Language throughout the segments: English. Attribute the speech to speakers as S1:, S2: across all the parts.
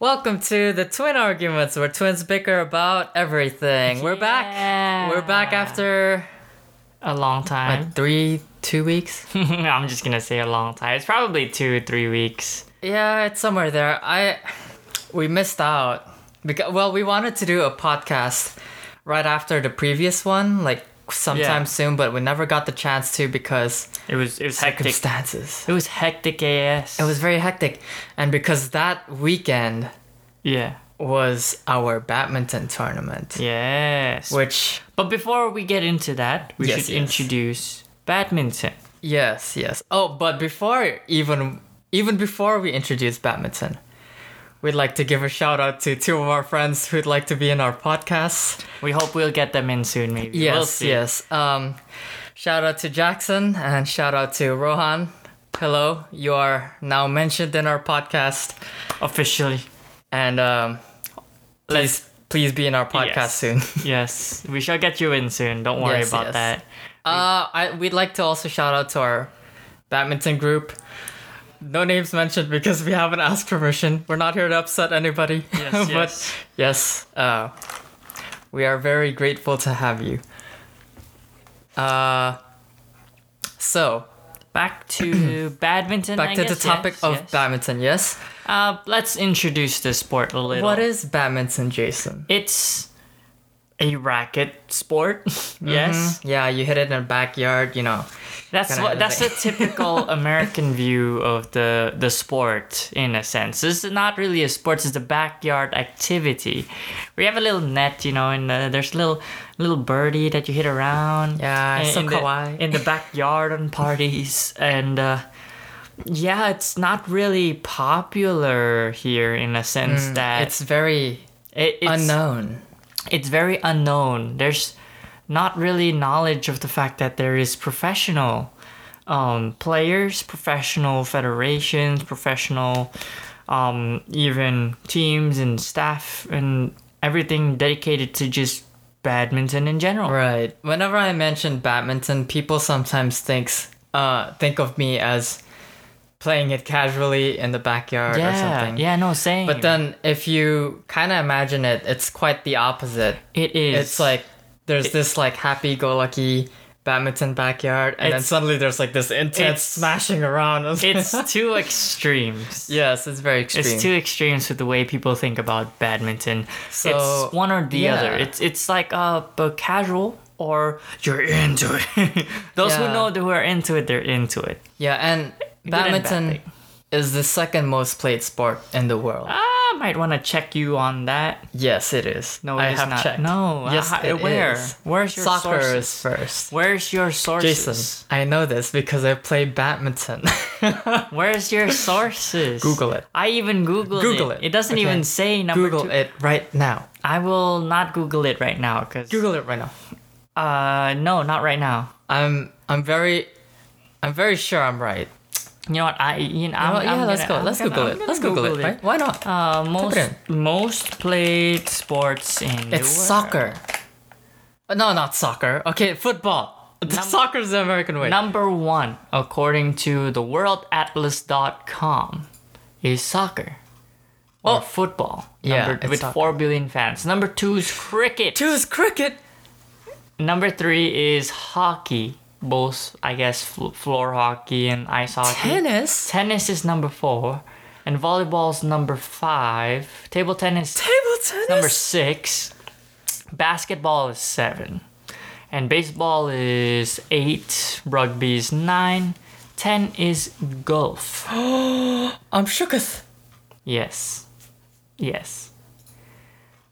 S1: Welcome to the twin arguments where twins bicker about everything. We're back. We're back
S2: Yeah.
S1: after
S2: a long time.
S1: what, three, two weeks.
S2: I'm just gonna say a long time. It's probably two, three weeks.
S1: yeah, it's somewhere there. I we missed out because well, we wanted to do a podcast right after the previous one, like sometime
S2: Yeah.
S1: soon, but we never got the chance to because
S2: It was it was hectic.
S1: circumstances.
S2: It was hectic AS.
S1: It was very hectic, and because that weekend
S2: yeah.
S1: was our badminton tournament,
S2: Yes.
S1: which
S2: But before we get into that, we
S1: Yes,
S2: should
S1: yes.
S2: introduce badminton.
S1: Yes, yes. Oh, but before even even before we introduce badminton, we'd like to give a shout out to two of our friends who'd like to be in our podcast.
S2: We hope we'll get them in soon, maybe.
S1: Yes,
S2: we'll see.
S1: yes. Um, shout out to Jackson and shout out to Rohan. Hello, you are now mentioned in our podcast,
S2: Officially.
S1: and um,
S2: Let's-
S1: please please be in our
S2: Yes.
S1: podcast soon.
S2: Yes. We shall get you in soon. Don't worry
S1: Yes,
S2: about
S1: yes.
S2: that.
S1: Uh, I, we'd like to also shout out to our badminton group. No names mentioned because we haven't asked permission. We're not here to upset anybody.
S2: Yes,
S1: but
S2: yes.
S1: yes, uh, we are very grateful to have you. Uh, so
S2: Back to badminton.
S1: back
S2: I
S1: to
S2: guess,
S1: the topic
S2: yes,
S1: of
S2: yes.
S1: badminton. Yes.
S2: Uh, let's introduce this sport a little.
S1: What is badminton, Jason?
S2: It's a racket sport.
S1: Mhm.
S2: yes,
S1: Yeah, you hit it in the backyard. You know.
S2: that's
S1: Kinda
S2: what that's
S1: thing.
S2: the typical American view of the the sport in a sense. This is not really a sport. It's a backyard activity. We have a little net, you know, and uh, there's a little little birdie that you hit around.
S1: Yeah,
S2: in,
S1: so
S2: in
S1: kawaii.
S2: The, in the backyard on parties and. Uh, yeah, it's not really popular here in a sense that
S1: Mm, It's very
S2: it- it's
S1: unknown.
S2: it's very unknown. There's not really knowledge of the fact that there is professional um, players, professional federations, professional um, even teams and staff and everything dedicated to just badminton in general.
S1: Right. Whenever I mention badminton, people sometimes thinks uh think of me as playing it casually in the backyard or
S2: Yeah,
S1: something.
S2: yeah, no, same.
S1: But then if you kind of imagine it, it's quite the opposite.
S2: it is.
S1: It's like there's this like happy-go-lucky badminton backyard, and then
S2: It's-
S1: suddenly there's like this intense
S2: it's-
S1: smashing around.
S2: it's two extremes.
S1: yes, it's very extreme.
S2: It's two extremes with the way people think about badminton.
S1: So,
S2: it's one or the
S1: yeah.
S2: other. It's it's like a, a casual or you're into it. Those who
S1: Yeah.
S2: know that who are into it, they're into it.
S1: yeah, and
S2: and bad
S1: badminton
S2: thing. Ah.
S1: is the second most played sport in the world.
S2: I might want to check you on that.
S1: Yes, it is. No,
S2: it
S1: I
S2: is
S1: have
S2: not.
S1: checked.
S2: No,
S1: yes,
S2: I-
S1: it
S2: where?
S1: is.
S2: Where's your
S1: soccer
S2: sources?
S1: is first?
S2: Where's your sources?
S1: Jason, I know this because I play badminton.
S2: Where's your sources?
S1: Google it.
S2: I even Googled
S1: Google
S2: it.
S1: it.
S2: It doesn't
S1: Okay.
S2: even say number
S1: Google
S2: two.
S1: it right now.
S2: I will not Google it right now because.
S1: Google it right now.
S2: Uh, no, not right now.
S1: I'm I'm very I'm very sure I'm right.
S2: You know what? I you know,
S1: Oh
S2: I'm,
S1: yeah,
S2: I'm
S1: let's
S2: gonna-
S1: go. Let's
S2: I'm
S1: Google
S2: gonna-
S1: it.
S2: I'm
S1: Let's
S2: gonna
S1: Google, it, right? Why not?
S2: Uh,
S1: it
S2: most most played sports in the
S1: it's
S2: world.
S1: soccer. Uh, No, not soccer. Okay, football. The
S2: Num-
S1: soccer's the American way.
S2: Number one, according to the WorldAtlas.com, is soccer. Or
S1: Oh.
S2: football.
S1: Yeah,
S2: number,
S1: it's
S2: with
S1: soccer.
S2: four billion fans. Number two is cricket.
S1: Two is cricket.
S2: Number three is hockey. Both, I guess, fl- floor hockey and ice hockey.
S1: Tennis.
S2: Tennis is number four, and volleyball's number five. Table tennis.
S1: Table tennis.
S2: number six. Basketball is seven. And baseball is eight. Rugby is nine. Ten is golf.
S1: I'm shooketh.
S2: Yes. Yes.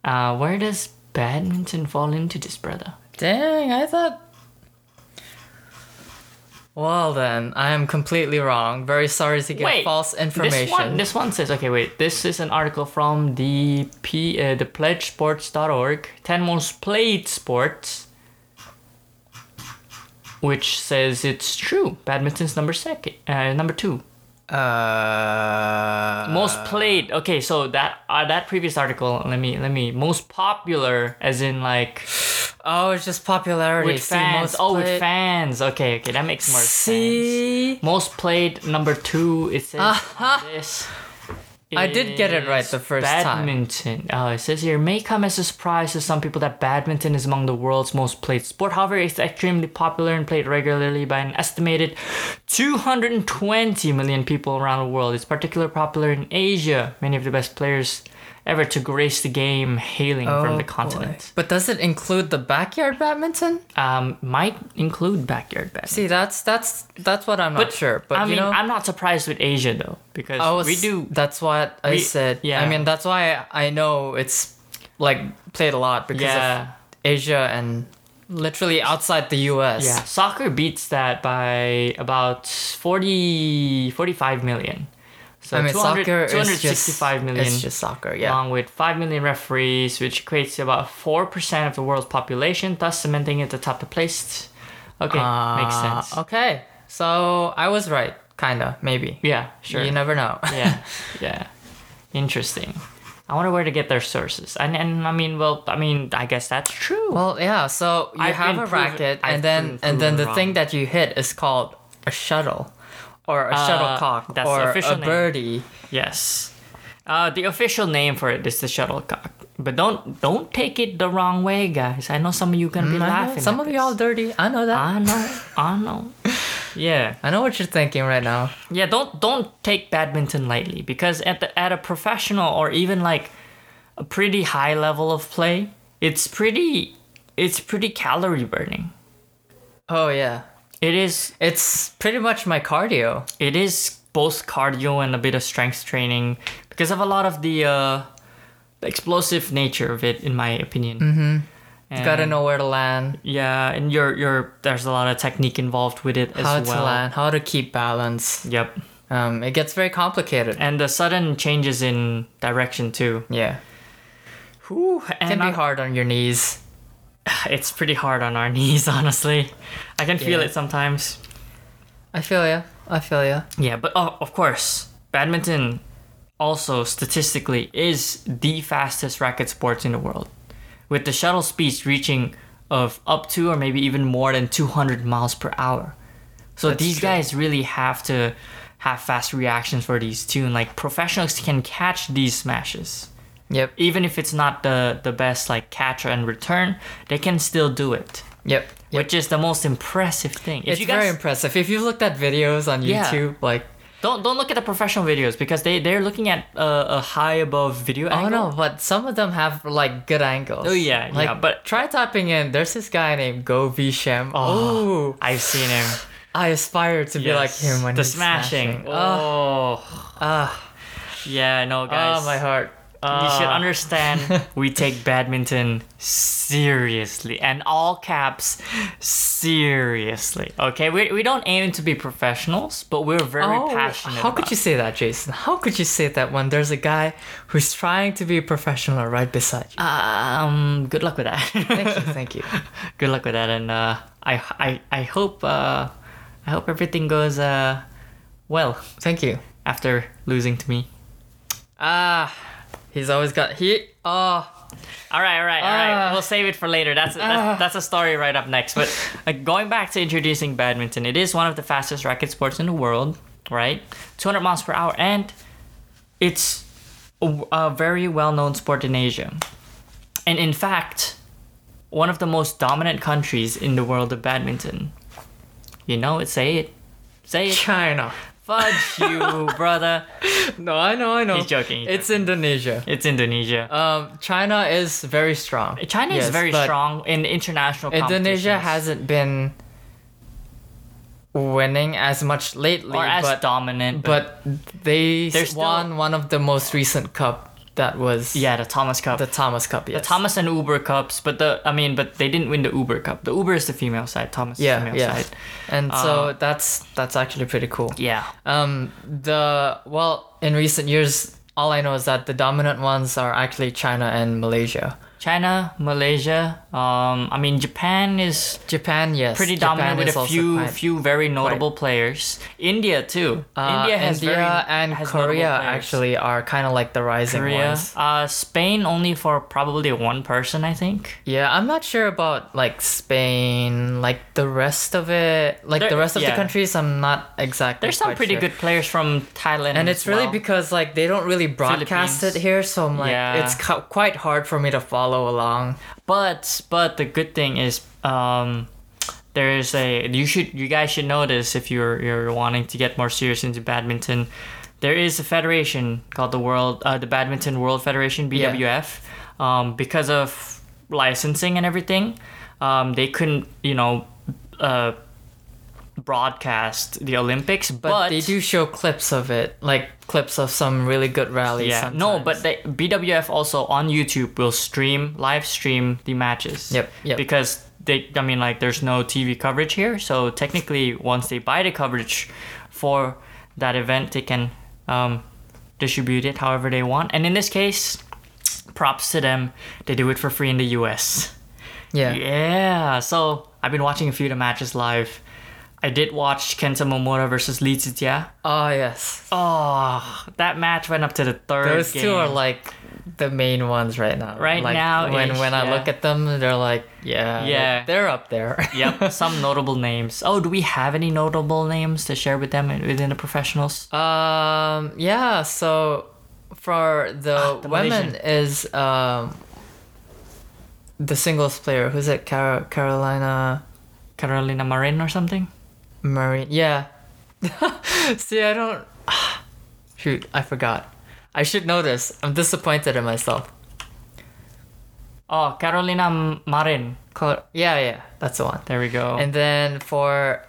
S2: Uh, where does badminton fall into this, brother?
S1: Dang, I thought. Well then, I am completely wrong. Very sorry to give false information.
S2: This one, this one says, okay, wait. This is an article from the P, uh, the pledgesports.org, 10 most played sports, which says it's true. Badminton's number second, uh, number two.
S1: uh,
S2: Most played. Okay, so that uh, that previous article, let me let me most popular as in like
S1: oh, it's just popularity.
S2: with
S1: See,
S2: fans.
S1: most
S2: oh,
S1: played-
S2: with fans. Okay, okay, that makes more sense.
S1: See,
S2: Most played number two. It says this
S1: I did get it right
S2: is
S1: the first time.
S2: badminton. Uh, it says here may come as a surprise to some people that badminton is among the world's most played sport. However, it's extremely popular and played regularly by an estimated 220 million people around the world. It's particularly popular in Asia. Many of the best players ever to grace the game hailing
S1: Oh,
S2: from the
S1: boy.
S2: continent.
S1: But does it include the backyard badminton?
S2: Um, might include backyard badminton.
S1: See, that's that's that's what I'm not sure. But
S2: I
S1: you
S2: mean,
S1: know, Oh,
S2: I'm not surprised with Asia though because
S1: I was,
S2: we do
S1: That's what I
S2: we-
S1: said.
S2: yeah.
S1: I mean, that's why I know it's like played a lot because
S2: yeah.
S1: of Asia and literally outside the U.S.
S2: Yeah, soccer beats that by about 40, 45 million. So
S1: I mean,
S2: 200
S1: soccer is
S2: 265
S1: just
S2: million,
S1: It's just soccer. Yeah.
S2: along with 5 million referees, which equates to about 4% of the world's population, thus cementing it atop the place. Okay, makes
S1: Ah,
S2: sense.
S1: Okay, so I was right, kinda, maybe.
S2: Yeah, sure.
S1: You never know.
S2: yeah, yeah. Interesting. I wonder where to get their sources. And, and I mean, well, I mean, I guess that's true.
S1: well, yeah. So you
S2: I've
S1: have
S2: been
S1: a
S2: proven-
S1: racket,
S2: I've
S1: and
S2: been
S1: then and then
S2: proven
S1: the
S2: wrong.
S1: thing that you hit is called a shuttle, or a
S2: Uh,
S1: shuttlecock,
S2: that's the
S1: or
S2: official
S1: a
S2: name.
S1: birdie.
S2: Yes. Uh, the official name for it is the shuttlecock. But don't don't take it the wrong way, guys. I know some of you gonna be
S1: Mm, I know,
S2: laughing.
S1: Some
S2: at
S1: of
S2: this.
S1: y'all dirty. I know that.
S2: I know. I know. Yeah.
S1: I know what you're thinking right now.
S2: Yeah. Don't don't take badminton lightly because at the at a professional or even like a pretty high level of play, it's pretty it's pretty calorie burning.
S1: Oh yeah,
S2: It is
S1: it's pretty much my cardio.
S2: it is both cardio and a bit of strength training because of a lot of the uh, the explosive nature of it, in my opinion. Mm-hmm.
S1: You gotta know where to land,
S2: Yeah, and your your there's a lot of technique involved with it as
S1: how
S2: well.
S1: to land, how to keep balance.
S2: Yep,
S1: Um, it gets very complicated.
S2: and the sudden changes in direction too.
S1: yeah,
S2: Ooh,
S1: can
S2: and
S1: be
S2: I-
S1: hard on your knees.
S2: it's pretty hard on our knees, honestly. I can feel
S1: Yeah.
S2: it sometimes.
S1: I feel ya. I feel ya.
S2: Yeah, but oh, of course, badminton also statistically is the fastest racket sport in the world, with the shuttle speeds reaching of up to or maybe even more than 200 miles per hour. So these
S1: true.
S2: guys really have to have fast reactions for these too, and like professionals can catch these smashes.
S1: Yep.
S2: Even if it's not the the best like catcher and return, they can still do it,
S1: Yep. Yep.
S2: which is the most impressive thing. If
S1: It's
S2: you
S1: very
S2: guys
S1: impressive. If you've looked at videos on
S2: Yeah.
S1: YouTube, like
S2: Don't don't look at the professional videos because they they're looking at uh, a high above video
S1: oh
S2: angle.
S1: no, but some of them have like good angles.
S2: Oh, yeah,
S1: like,
S2: yeah, but-
S1: try typing in. There's this guy named Go Vishem.
S2: Oh,
S1: Oh,
S2: I've seen him.
S1: I aspire to be like
S2: Yes.
S1: him when
S2: the
S1: he's
S2: smashing.
S1: smashing.
S2: Oh,
S1: Ah,
S2: yeah, no
S1: ah,
S2: guys.
S1: my heart.
S2: you
S1: Ah.
S2: should understand we take badminton seriously and all caps seriously. Okay, we, we don't aim to be professionals, but we're very passionate.
S1: Oh, How could you say that, Jason? How could you say that when there's a guy who's trying to be a professional right beside you?
S2: Um, good luck with that.
S1: thank you, thank you.
S2: good luck with that and uh, I, I I hope uh, I hope everything goes uh, well
S1: Thank you.
S2: after losing to me.
S1: Ah, he's always got he oh
S2: All right, all right, all right.
S1: Ah.
S2: we'll save it for later. That's that's, that's a story right up next. But like going back to introducing badminton, it is one of the fastest racket sports in the world, right? 200 miles per hour, and it's a, a very well-known sport in Asia. And in fact, one of the most dominant countries in the world of badminton. You know it. Say it. Say it.
S1: China.
S2: Fudge you, brother.
S1: No, I know, I know.
S2: He's joking, he's
S1: it's Indonesia.
S2: It's Indonesia. Uh,
S1: Um, China is very strong.
S2: China
S1: Yes,
S2: is very
S1: but
S2: strong in international
S1: Indonesia
S2: competitions.
S1: hasn't been winning as much lately,
S2: or as
S1: but
S2: dominant,
S1: but they
S2: They're still-
S1: won one of the most recent cup that was
S2: yeah, the Thomas Cup,
S1: the
S2: the,
S1: Thomas Cup. Yes.
S2: Thomas and Uber Cups. But the I mean, but they didn't win the Uber Cup. The Uber is the female side, Thomas is the
S1: yeah,
S2: male
S1: yeah.
S2: side.
S1: And so that's that's actually pretty cool.
S2: Uh, Yeah,
S1: Um, the well, in recent years, all I know is that the dominant ones are actually China and Malaysia.
S2: China, Malaysia, Um, I mean, Japan is
S1: Japan, yes.
S2: pretty
S1: Japan
S2: dominant with
S1: is
S2: a
S1: also
S2: few
S1: quite-
S2: few very notable players. India too.
S1: Uh,
S2: India has
S1: India
S2: very
S1: and
S2: has notable
S1: Korea
S2: players.
S1: actually are kind of like the rising
S2: Korea.
S1: ones.
S2: Uh, Spain only for probably one person, I think.
S1: Yeah, I'm not sure about like Spain, like the rest of it, like
S2: There-
S1: the rest of
S2: yeah.
S1: the countries. I'm not exactly.
S2: There's some
S1: quite
S2: pretty
S1: sure.
S2: good players from Thailand.
S1: And
S2: as
S1: it's really
S2: well.
S1: because like they don't really broadcast it
S2: Philippines.
S1: here, so I'm like
S2: Yeah.
S1: it's cu- quite hard for me to follow along.
S2: But but the good thing is um there is a you should you guys should know this if you're you're wanting to get more serious into badminton. There is a federation called the World uh, the Badminton World Federation BWF. Um, because of licensing and everything, um, they couldn't you know uh, broadcast the Olympics. But,
S1: But, they do show clips of it, like clips of some really good rallies.
S2: Yeah, no,
S1: sometimes.
S2: but they, BWF also on YouTube will stream live stream the matches.
S1: Yep, yep.
S2: Because they, I mean, like there's no TV coverage here, so technically once they buy the coverage for that event, they can um, distribute it however they want. And in this case, props to them, they do it for free in the U.S.
S1: yeah.
S2: Yeah, so I've been watching a few of the matches live. I did watch Kenta Momura versus Lee Tsutia.
S1: Oh yes,
S2: Oh, that match went up to the third.
S1: those two are
S2: game.
S1: like the main ones right now.
S2: Right
S1: Like,
S2: now,
S1: when
S2: ish,
S1: when I
S2: yeah.
S1: look at them, they're like yeah,
S2: Yeah.
S1: they're up there.
S2: yep, some notable names. Oh, do we have any notable names to share with them in- within the professionals? Uh,
S1: Um. Yeah. So, for the,
S2: Ah, the
S1: women is um. The singles player who's it? Car- Carolina
S2: Carolina Marin or something?
S1: Marie. Yeah. See, I don't. Shoot, I forgot. I should know this. I'm disappointed in myself.
S2: Oh, Carolina M- Marin.
S1: Col- yeah, yeah, that's the one.
S2: There we go. And
S1: And then for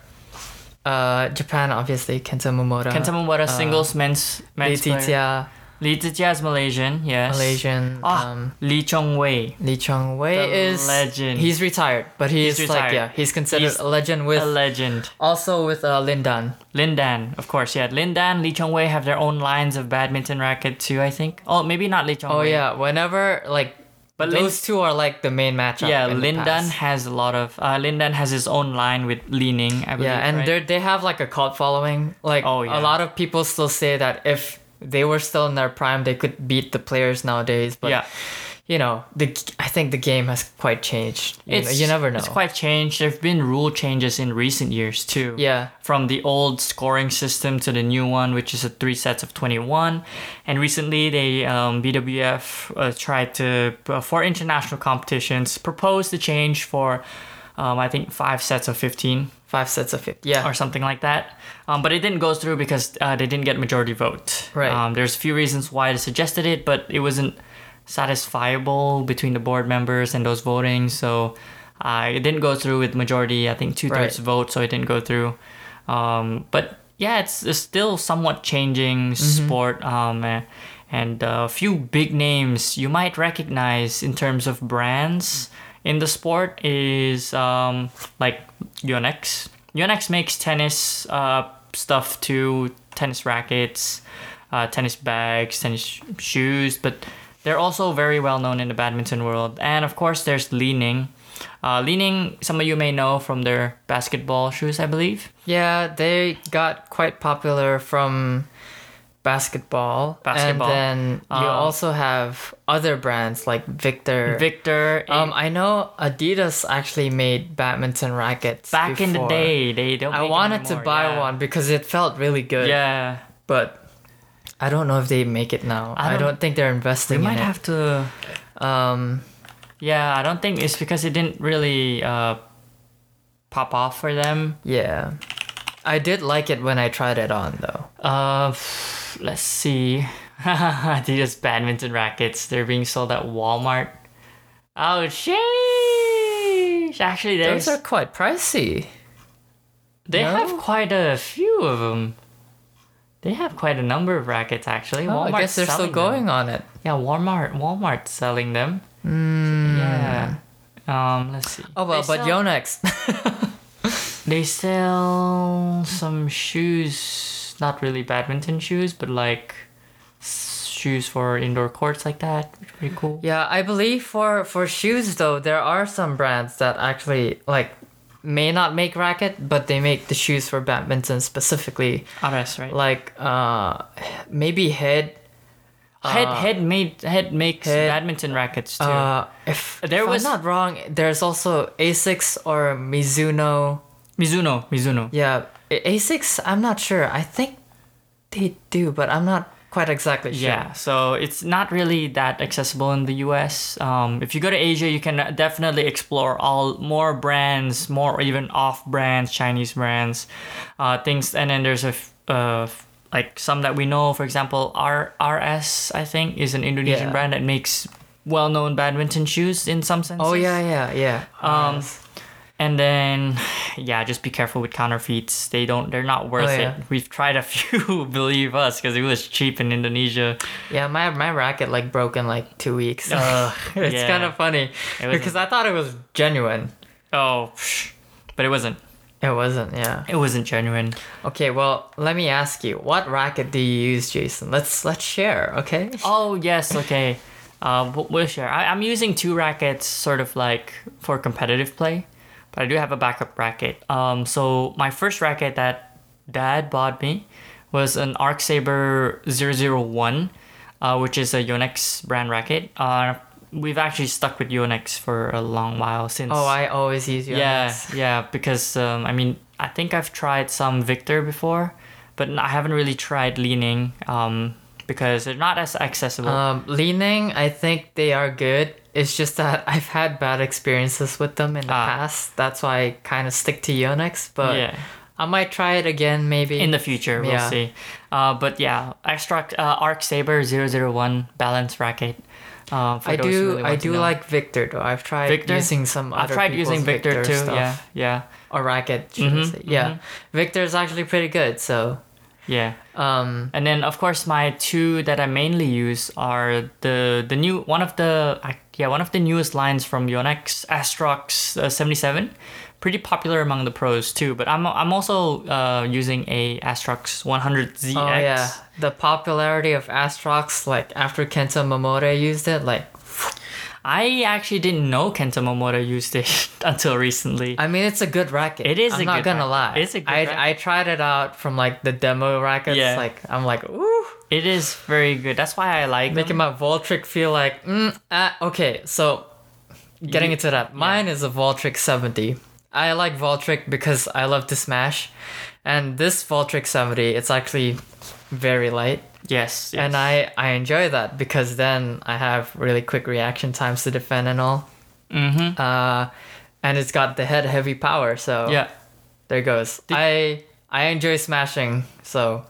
S1: uh Japan, obviously Kenta Momota.
S2: Kenta
S1: uh,
S2: Momura singles men's
S1: Lee
S2: men's player.
S1: Titia,
S2: Lee Titia is Malaysian, yes.
S1: Malaysian.
S2: Ah,
S1: Um,
S2: Lee Chong Wei,
S1: Lee Chong Wei
S2: The
S1: is
S2: legend.
S1: He's retired, but he's,
S2: He's
S1: like
S2: retired.
S1: yeah, he's considered
S2: He's
S1: a legend with
S2: a legend.
S1: also with uh, Lindan.
S2: Lin Dan, of course, yeah. Lin Dan, Lee Chong Wei have their own lines of badminton racket too, I think. Oh, maybe not Lee Chong
S1: Oh
S2: Wei.
S1: yeah, whenever like
S2: But Lin-
S1: those two are like the main matchup.
S2: Yeah,
S1: in the
S2: Lin Dan
S1: past.
S2: has a lot of. Uh, Lin Dan has his own line with leaning, I believe.
S1: Yeah, and
S2: right?
S1: they they have like a cult following. Like
S2: Oh, yeah.
S1: a lot of people still say that if they were still in their prime, they could beat the players nowadays. But
S2: yeah.
S1: you know, the I think the game has quite changed. You, know,
S2: It's,
S1: you never know.
S2: It's quite changed. There have been rule changes in recent years too.
S1: Yeah.
S2: From the old scoring system to the new one, which is a three sets of 21. And recently, they um, BWF uh, tried to uh, for international competitions propose the change for, um, I think five sets of 15
S1: five sets of fifty. Yeah.
S2: or something like that. Um, but it didn't go through because uh, they didn't get majority vote.
S1: Right.
S2: Um, there's a few reasons why they suggested it, but it wasn't satisfiable between the board members and those voting. So uh, it didn't go through with majority. I think two thirds
S1: Right.
S2: vote, so it didn't go through. Um, but yeah, it's, it's still somewhat changing sport. Um, eh, and a few big names you might recognize in terms of brands in the sport is um, like Yonex. Yonex makes tennis uh, stuff too, tennis rackets, uh, tennis bags, tennis sh- shoes, but they're also very well known in the badminton world. And of course, there's Leaning. Uh, Leaning, some of you may know from their basketball shoes, I believe.
S1: Yeah, they got quite popular from basketball.
S2: Basketball.
S1: And then you
S2: Um,
S1: also have other brands like Victor.
S2: Victor,
S1: um, I know Adidas actually made badminton rackets.
S2: back in the
S1: before.
S2: day, they don't.
S1: I
S2: make it
S1: wanted to
S2: anymore,
S1: buy
S2: yeah.
S1: one because it felt really good.
S2: Yeah,
S1: But I don't know if they make it now. I
S2: I
S1: don't,
S2: don't-
S1: think they're
S2: we
S1: investing in
S2: might
S1: it.
S2: have to.
S1: um,
S2: Yeah, I don't think it's because it didn't really uh, pop off for them.
S1: yeah. I did like it when I tried it on though.
S2: Uh, f- let's see. Adidas badminton rackets. They're being sold at Walmart. Oh, sheesh. Actually, there's
S1: Those are quite pricey.
S2: they
S1: no?
S2: have quite a few of them. They have quite a number of rackets actually.
S1: Oh, I guess they're still
S2: selling them.
S1: going on it.
S2: Yeah, Walmart. Walmart's selling them. Yeah. Um, let's see.
S1: Hmm. Oh well,
S2: They
S1: but
S2: sell-
S1: Yonex.
S2: They sell some shoes, not really badminton shoes, but like s- shoes for indoor courts like that, which is pretty cool.
S1: Yeah, I believe for for shoes though, there are some brands that actually like may not make racket, but they make the shoes for badminton specifically.
S2: Ares, right?
S1: Like uh maybe head
S2: head head made head makes
S1: Uh, Head-
S2: badminton rackets too.
S1: uh if
S2: There
S1: if
S2: was-
S1: I'm not wrong, there's also Asics or Mizuno.
S2: Mizuno, Mizuno.
S1: Yeah, A- Asics, I'm not sure. I think they do, but I'm not quite exactly sure.
S2: Yeah, so it's not really that accessible in the US. Um, if you go to Asia, you can definitely explore all more brands, more even off brands, Chinese brands, uh, things. And then there's a f- uh, f- like some that we know, for example, R- RS, I think, is an Indonesian
S1: Yeah.
S2: brand that makes well known badminton shoes in some senses.
S1: Oh yeah, yeah, yeah.
S2: Um,
S1: Yes.
S2: And then, yeah, just be careful with counterfeits. They don't, they're not worth
S1: Oh, yeah.
S2: it. We've tried a few, believe us, because it was cheap in Indonesia.
S1: Yeah, my my racket like broke in like two weeks.
S2: Ugh,
S1: it's
S2: yeah.
S1: kind of funny
S2: It wasn't-
S1: because I thought it was genuine.
S2: Oh, psh. but it wasn't.
S1: It wasn't. Yeah.
S2: It wasn't genuine.
S1: Okay. Well, let me ask you, what racket do you use, Jason? Let's let's share. Okay.
S2: Oh yes, okay. Uh, w- we'll share. I, I'm using two rackets, sort of like for competitive play, but I do have a backup racket. Um, so my first racket that Dad bought me was an Arc Saber 001, uh, which is a Yonex brand racket. Uh, we've actually stuck with Yonex for a long while since.
S1: Oh, I always use your
S2: Yeah,
S1: hands.
S2: yeah, because um, I mean, I think I've tried some Victor before, but n- I haven't really tried leaning um, because they're not as accessible.
S1: Um, leaning, I think they are good. It's just that I've had bad experiences with them in the
S2: Ah.
S1: past. That's why I kind of stick to Yonex, but
S2: Yeah.
S1: I might try it again maybe.
S2: in the future, we'll
S1: Yeah.
S2: see. Uh, but yeah, extra uh, Arc Saber 001 balance racket. Uh, for
S1: I
S2: those who
S1: do
S2: really want
S1: I
S2: to
S1: do
S2: know.
S1: like Victor though. I've tried
S2: Victor?
S1: using some
S2: I've
S1: other
S2: tried using
S1: people's
S2: Victor, too.
S1: stuff.
S2: Yeah, yeah,
S1: or racket should I
S2: Mhm,
S1: say. yeah victor is actually pretty good so
S2: yeah.
S1: um
S2: And then of course my two that I mainly use are the the new one of the uh, yeah one of the newest lines from Yonex Astrox uh, 77, pretty popular among the pros too. But I'm I'm also uh, using a Astrox 100ZX.
S1: oh yeah the popularity of astrox like after kenta momota used it like
S2: I actually didn't know Kenta Momota used it until recently.
S1: i mean it's a good racket
S2: It is
S1: i'm
S2: a
S1: not
S2: good
S1: gonna
S2: racket.
S1: lie
S2: It's a good racket.
S1: I, I tried it out from like the demo rackets
S2: Yeah.
S1: like i'm like ooh
S2: It is very good. That's why I like
S1: making
S2: them.
S1: my voltric feel like mm, uh, okay so getting into that mine is a voltric 70 i like voltric because i love to smash and this voltric 70 it's actually very light
S2: Yes, yes.
S1: and I I enjoy that because then I have really quick reaction times to defend and all. Mm-hmm. Uh, and it's got the head heavy power, so
S2: yeah.
S1: there goes. I I enjoy smashing, so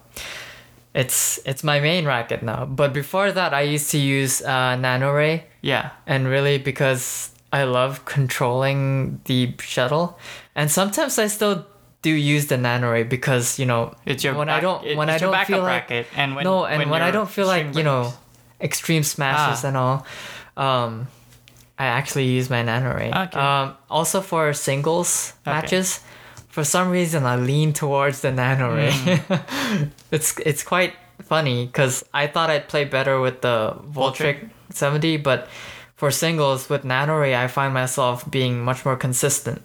S1: it's it's my main racket now. But before that, I used to use uh, NanoRay,
S2: Yeah.
S1: and really because I love controlling the shuttle, and sometimes I still do use the NanoRay because you know
S2: It's your
S1: when I
S2: back-
S1: don't
S2: it-
S1: when
S2: it's
S1: I
S2: your
S1: don't
S2: backup
S1: feel like
S2: racket and when
S1: no, and when, I
S2: your
S1: don't feel like
S2: string
S1: you know
S2: breaks.
S1: extreme smashes
S2: Ah.
S1: and all, um, I actually use my NanoRay.
S2: Okay.
S1: Um, also for singles
S2: Okay.
S1: matches, for some reason I lean towards the NanoRay.
S2: Hmm.
S1: it's it's quite funny because I thought I'd play better with the Voltric 70, but for singles with NanoRay, I find myself being much more consistent.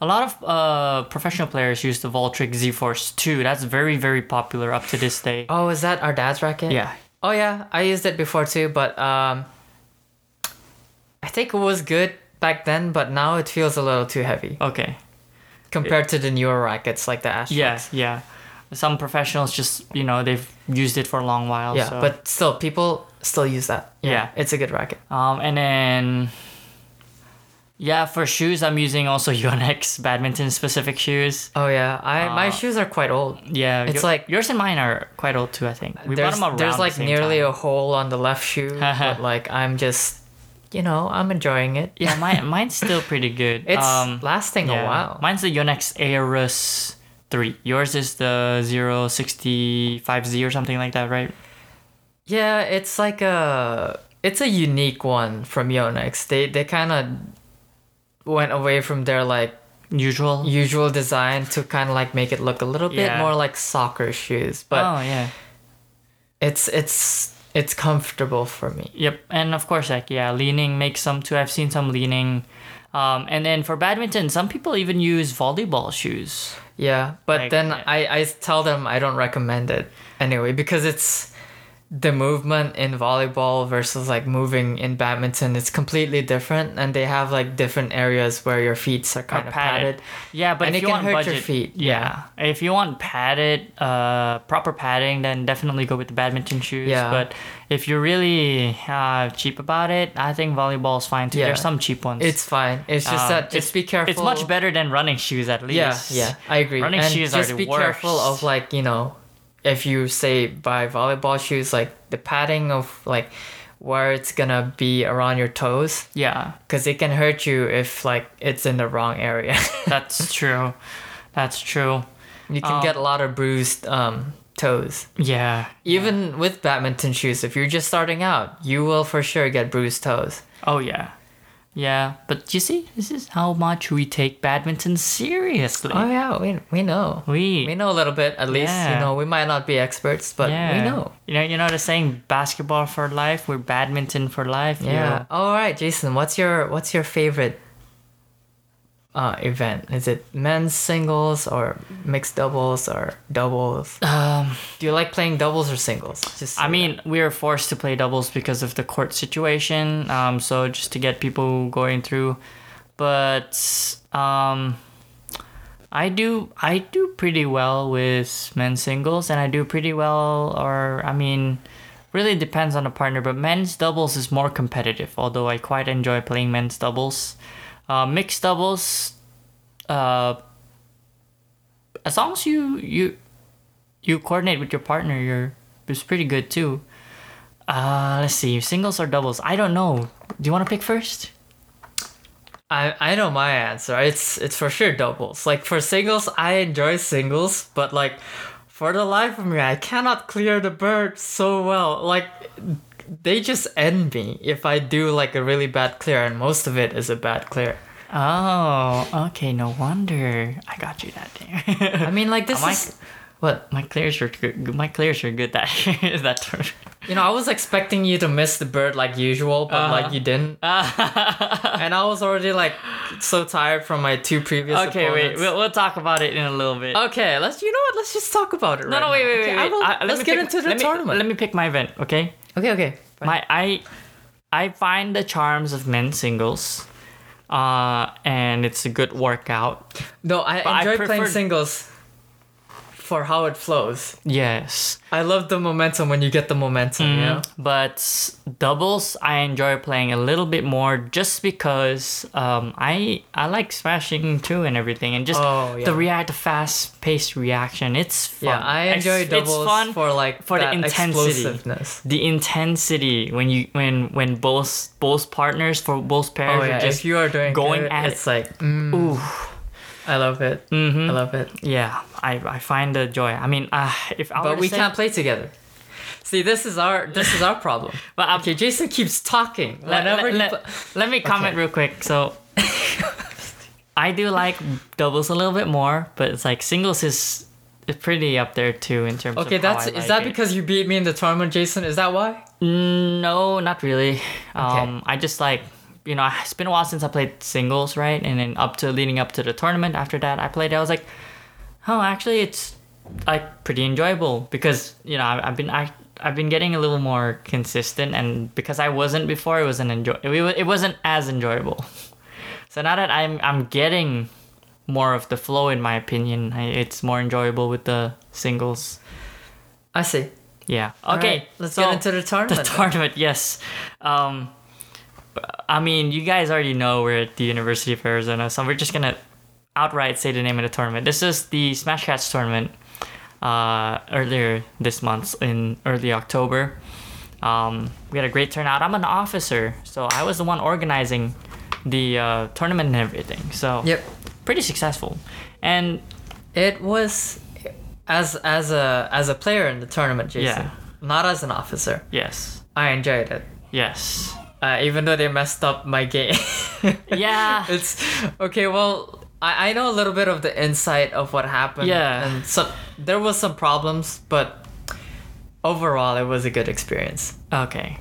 S2: A lot of uh, professional players use the Voltric Z Force 2. That's very, very popular up to this day.
S1: Oh, is that our dad's racket?
S2: Yeah.
S1: Oh yeah, I used it before too, but um, I think it was good back then, but now it feels a little too heavy
S2: Okay.
S1: compared to the newer rackets like the Astros.
S2: Yeah, yeah. Some professionals just, you know, they've used it for a long while.
S1: yeah,
S2: so-
S1: but still, people still use that.
S2: Yeah.
S1: it's a good racket.
S2: Um, and then, yeah, for shoes, I'm using also Yonex badminton specific shoes.
S1: Oh yeah, I my
S2: Uh,
S1: shoes are quite old.
S2: Yeah,
S1: It's
S2: yo-
S1: like-
S2: yours and mine are quite old too. I think we bought
S1: there's,
S2: them around.
S1: there's
S2: the
S1: like
S2: same
S1: nearly
S2: time.
S1: a hole on the left shoe, but like I'm just, you know, I'm enjoying it.
S2: yeah, mine mine's still pretty good.
S1: It's
S2: um,
S1: lasting a
S2: yeah.
S1: while.
S2: Mine's the Yonex Aorus three. Yours is the 065 Z or something like that, right?
S1: Yeah, it's like a it's a unique one from Yonex. They they kind of went away from their like
S2: Usual.
S1: usual design to kind of like make it look a little bit
S2: Yeah.
S1: Oh. more like soccer shoes, but
S2: oh yeah.
S1: it's it's it's comfortable for me.
S2: Yep, and of course, like yeah, leaning makes some too. I've seen some leaning, um, and then for badminton, some people even use volleyball shoes.
S1: Yeah, but
S2: Like,
S1: then
S2: yeah.
S1: I, I tell them I don't recommend it anyway because it's the movement in volleyball versus like moving in badminton is completely different and they have like different areas where your feet are kind of padded.
S2: Yeah, but
S1: And it
S2: if you
S1: can
S2: want
S1: hurt your
S2: budget,
S1: feet,
S2: Yeah. if you want padded, uh, proper padding, then definitely go with the badminton shoes.
S1: Yeah.
S2: But if you're really uh, cheap about it, I think volleyball's fine too.
S1: Yeah.
S2: There's some cheap ones.
S1: It's fine. It's just
S2: Um,
S1: that just be careful.
S2: It's much better than running shoes at
S1: Yeah,
S2: least.
S1: yeah, I agree.
S2: Running
S1: and
S2: shoes are
S1: just be
S2: the
S1: careful
S2: worst.
S1: of like you know, if you say buy volleyball shoes, like the padding of like where it's gonna be around your toes
S2: Yeah.
S1: because it can hurt you if like it's in the wrong area.
S2: That's true. That's true.
S1: you can
S2: Um,
S1: get a lot of bruised um, toes.
S2: Yeah.
S1: Even with badminton shoes, if you're just starting out, you will for sure get bruised toes.
S2: Oh yeah. Yeah, but you see, this is how much we take badminton seriously.
S1: Oh yeah, we we know.
S2: we
S1: We know a little bit, at least.
S2: Yeah.
S1: You know, we might not be experts, but we know.
S2: You know, you know the saying basketball for life, we're badminton for life. you
S1: Yeah. All right, Jason. What's your what's your favorite uh, event? Is it men's singles or mixed doubles or doubles?
S2: know. Um
S1: Do you like playing doubles or singles? Just
S2: I mean, we are forced to play doubles because of the court situation. Um so just to get people going through. But um I do I do pretty well with men's singles and I do pretty well or I mean really depends on the partner but men's doubles is more competitive although I quite enjoy playing men's doubles uh, mixed doubles uh, as long as you you you coordinate with your partner you're it's pretty good too uh, let's see singles or doubles I don't know do you want to pick first
S1: I, I know my answer. It's it's for sure doubles. Like for singles, I enjoy singles, but like for the life of me, I cannot clear the bird so well. Like they just end me if I do like a really bad clear, and most of it is a bad clear.
S2: oh okay no wonder I got you that day
S1: I mean, like this
S2: Am I-
S1: is what
S2: My clears are good. My clears are good. That that term.
S1: you know. I was expecting you to miss the bird like usual, but like you didn't, and I was already like so tired from my two previous.
S2: okay, wait.
S1: opponents.
S2: We'll, we'll talk about it in a little bit.
S1: Okay, let's. You know what? Let's just talk about it.
S2: no, no, wait, wait, wait. wait. I- let
S1: let's
S2: me
S1: get
S2: pick-
S1: into the
S2: let me-
S1: tournament.
S2: let me pick my event. Okay.
S1: Okay, okay.
S2: My I, I find the charms of men's singles, uh, and it's a good workout.
S1: no, I
S2: I
S1: enjoy playing
S2: prefer-
S1: singles for how it flows.
S2: Yes.
S1: I love the momentum when you get the momentum, you know?
S2: But doubles, I enjoy playing a little bit more just because um, I I like smashing too and everything, and just
S1: Oh, yeah.
S2: the react, the fast paced reaction. It's fun.
S1: Yeah, I
S2: It's-
S1: enjoy doubles
S2: It's fun
S1: for like
S2: for the
S1: that
S2: intensity.
S1: explosiveness.
S2: the intensity when you when when both both partners for both pairs
S1: Oh yeah,
S2: are just
S1: if you are doing
S2: going
S1: going good,
S2: at it.
S1: it's like, mm,
S2: Ooh.
S1: I love it. Mm-hmm. I love it.
S2: yeah, I I find the joy. I mean, uh, if I were
S1: But
S2: to
S1: we
S2: say-
S1: can't play together. See, this is our this is our problem.
S2: But I'm-
S1: okay, Jason keeps talking
S2: let,
S1: whenever
S2: let-
S1: he
S2: let-
S1: pla-
S2: let me comment real quick. So I do like doubles a little bit more, but it's like singles is is pretty up there too in terms of
S1: Okay,
S2: how
S1: that's
S2: I
S1: is
S2: like
S1: that
S2: it.
S1: because you beat me in the tournament, Jason? Is that why?
S2: no, not really. Um I just like you know, it's been a while since I played singles, right? And then up to leading up to the tournament after that I played I was like, oh actually it's like pretty enjoyable because you know I, I've been I, I've been getting a little more consistent and because I wasn't before it wasn't enjoy it, wa- it wasn't as enjoyable so now that I'm I'm getting more of the flow in my opinion I, it's more enjoyable with the singles
S1: I see.
S2: yeah
S1: All
S2: okay
S1: right, let's
S2: so-
S1: get into the tournament.
S2: the tournament, yes. Um, I mean, you guys already know we're at the University of Arizona, so we're just gonna outright say the name of the tournament. This is the Smash Cats tournament uh, earlier this month in early October. Um, we had a great turnout. I'm an officer, so I was the one organizing the uh, tournament and everything. So
S1: Yep.
S2: pretty successful. And
S1: It was as as a as a player in the tournament, Jason.
S2: Yeah.
S1: Not as an officer.
S2: yes,
S1: I enjoyed it.
S2: yes,
S1: Uh, even though they messed up my game.
S2: yeah.
S1: it's okay, well I, I know a little bit of the insight of what happened.
S2: Yeah.
S1: And so there was some problems, but overall, it was a good experience.
S2: Okay.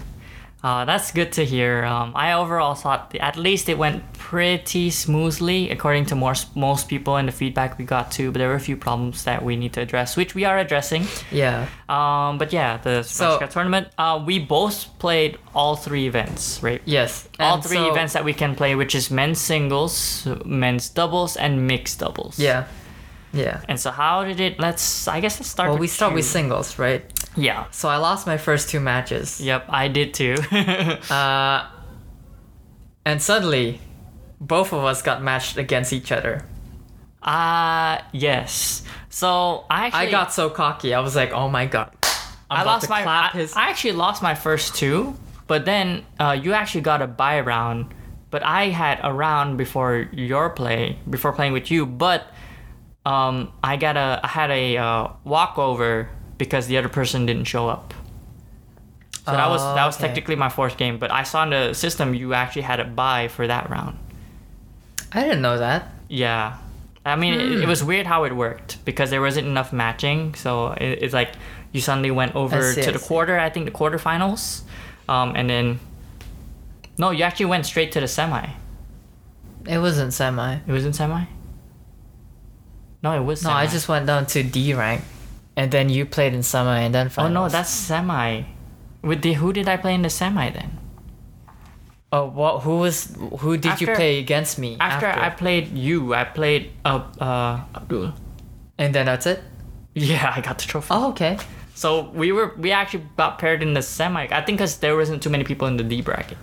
S2: Uh, that's good to hear. Um, I overall thought the, at least it went pretty smoothly, according to most most people and the feedback we got too. But there were a few problems that we need to address, which we are addressing.
S1: Yeah.
S2: Um, but yeah, the Smash Cut tournament. Uh, we both played all three events, right?
S1: Yes.
S2: all
S1: and
S2: three
S1: so-
S2: events that we can play, which is men's singles, men's doubles, and mixed doubles.
S1: Yeah. Yeah.
S2: And so, how did it? Let's. I guess let's start.
S1: Well,
S2: with
S1: we start with
S2: you.
S1: singles, right?
S2: Yeah.
S1: So I lost my first two matches.
S2: Yep, I did too.
S1: Uh, and suddenly, both of us got matched against each other.
S2: uh yes. So I actually
S1: I got so cocky. I was like, "Oh my god!" I'm
S2: I
S1: about
S2: lost
S1: to
S2: my
S1: clap
S2: I,
S1: his-
S2: I actually lost my first two, but then uh, you actually got a buy round, but I had a round before your play before playing with you, but um, I got a I had a uh, walkover because the other person didn't show up. So that was
S1: Oh,
S2: that was
S1: okay.
S2: technically my fourth game, but I saw in the system you actually had a buy for that round.
S1: I didn't know that.
S2: Yeah. I mean, it,
S1: Hmm.
S2: it was weird how it worked because there wasn't enough matching. So it, it's like you suddenly went over
S1: see,
S2: to
S1: I
S2: the
S1: see.
S2: quarter, I think the quarterfinals. Um, and then, no, you actually went straight to the semi.
S1: It wasn't semi.
S2: It was in semi? No, it was
S1: No,
S2: semi.
S1: I just went down to D rank, and then you played in summer and then
S2: Oh,
S1: finals.
S2: no, that's semi. With the, who did I play in the semi then?
S1: Oh, what? Who was? Who did you
S2: After-
S1: play against me?
S2: After, I played you, I played uh, uh, Abdul.
S1: and then that's it.
S2: Yeah, I got the trophy.
S1: Oh, okay.
S2: So we were we actually got paired in the semi. I think because there wasn't too many people in the D bracket.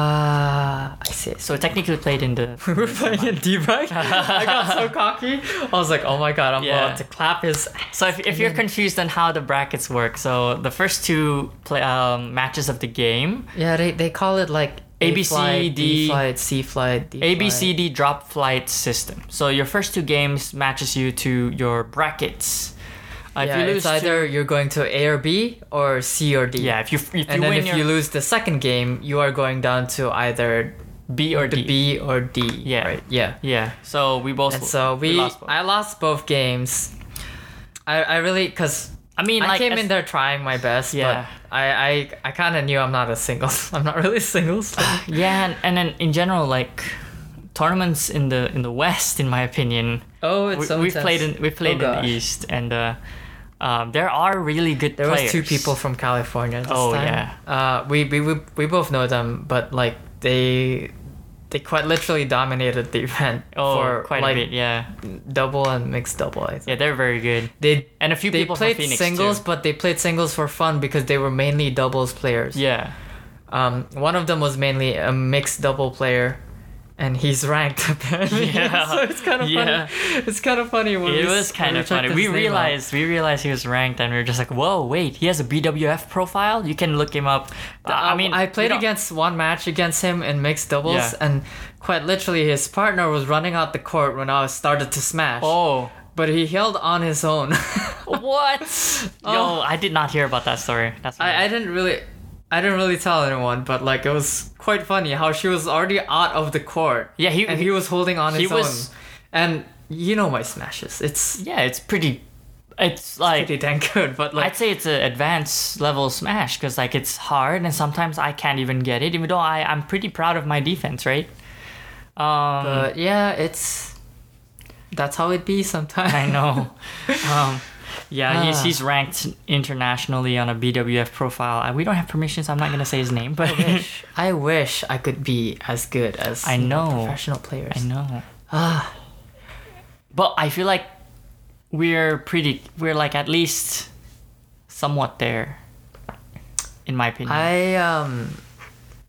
S1: Ah, I see.
S2: So it technically played in the.
S1: We were playing in D rank. I got so cocky. I was like, "Oh my god, I'm
S2: Yeah.
S1: about to clap his."
S2: So if, if you're confused on how the brackets work, so the first two play, um, matches of the game,
S1: Yeah, they, they call it like
S2: A, B, C,
S1: flight,
S2: D.
S1: flight, C flight, D
S2: A B C D drop flight system. So your first two games matches you to your brackets. Uh,
S1: Yeah,
S2: if you lose
S1: it's
S2: to-
S1: either you're going to A or B or C or D.
S2: yeah, if you if you
S1: and
S2: win
S1: then if
S2: your
S1: you lose the second game, you are going down to either
S2: B or
S1: the
S2: D.
S1: B or D.
S2: Yeah.
S1: Right. Yeah.
S2: Yeah. So we both.
S1: And so we,
S2: lost both.
S1: I lost both games. I, I really cause
S2: I mean,
S1: I
S2: like,
S1: came
S2: as-
S1: in there trying my best,
S2: Yeah.
S1: but I I, I kind of knew I'm not a singles. I'm not really singles.
S2: Yeah, and, and then in general, like tournaments in the in the West, in my opinion,
S1: oh, it's
S2: we,
S1: so
S2: we
S1: intense.
S2: played in we played
S1: Oh,
S2: in
S1: gosh.
S2: the East, and uh, um, there are really good
S1: There was
S2: players.
S1: two people from California this
S2: Oh,
S1: time.
S2: yeah.
S1: Uh, we, we we we both know them, but like they they quite literally dominated the event
S2: Oh,
S1: for
S2: quite
S1: like
S2: a bit. Yeah,
S1: double and mixed double. I think.
S2: yeah, they're very good.
S1: They
S2: And a few
S1: they
S2: people
S1: played
S2: from Phoenix
S1: singles,
S2: Too.
S1: but they played singles for fun because they were mainly doubles players.
S2: Yeah,
S1: Um, one of them was mainly a mixed double player, and he's ranked apparently.
S2: Yeah.
S1: so it's kind of
S2: Yeah.
S1: funny. It's kind of funny when
S2: it
S1: we,
S2: was kind of funny. We realized we realized he was ranked, and we were just like, "Whoa, wait, he has a BWF profile. You can look him up." Uh,
S1: I
S2: I mean,
S1: I
S2: you
S1: played
S2: don't-
S1: against one match against him in mixed doubles,
S2: Yeah.
S1: and quite literally, his partner was running out the court when I started to smash.
S2: Oh,
S1: But he held on his own.
S2: what? Yo,
S1: Oh.
S2: I did not hear about that story. That's
S1: I, I didn't really I didn't really tell anyone, but like it was quite funny how she was already out of the court.
S2: Yeah, he-
S1: and
S2: he-
S1: he was holding on
S2: he
S1: his
S2: was-
S1: own. And you know my smashes. It's
S2: yeah, it's pretty. It's like
S1: pretty dang good, but like
S2: I'd say it's an advanced level smash because like it's hard and sometimes I can't even get it. Even though I I'm pretty proud of my defense, right? Um,
S1: but uh, yeah, it's that's how it be sometimes.
S2: I know. um, yeah, he's
S1: Ah.
S2: he's ranked internationally on a BWF profile. I, we don't have permission, so I'm not gonna say his name. But
S1: I wish- I wish I could be as good as
S2: I
S1: you
S2: know.
S1: professional players.
S2: I know.
S1: Ah.
S2: but I feel like we're pretty. We're like at least somewhat there, in my opinion.
S1: I um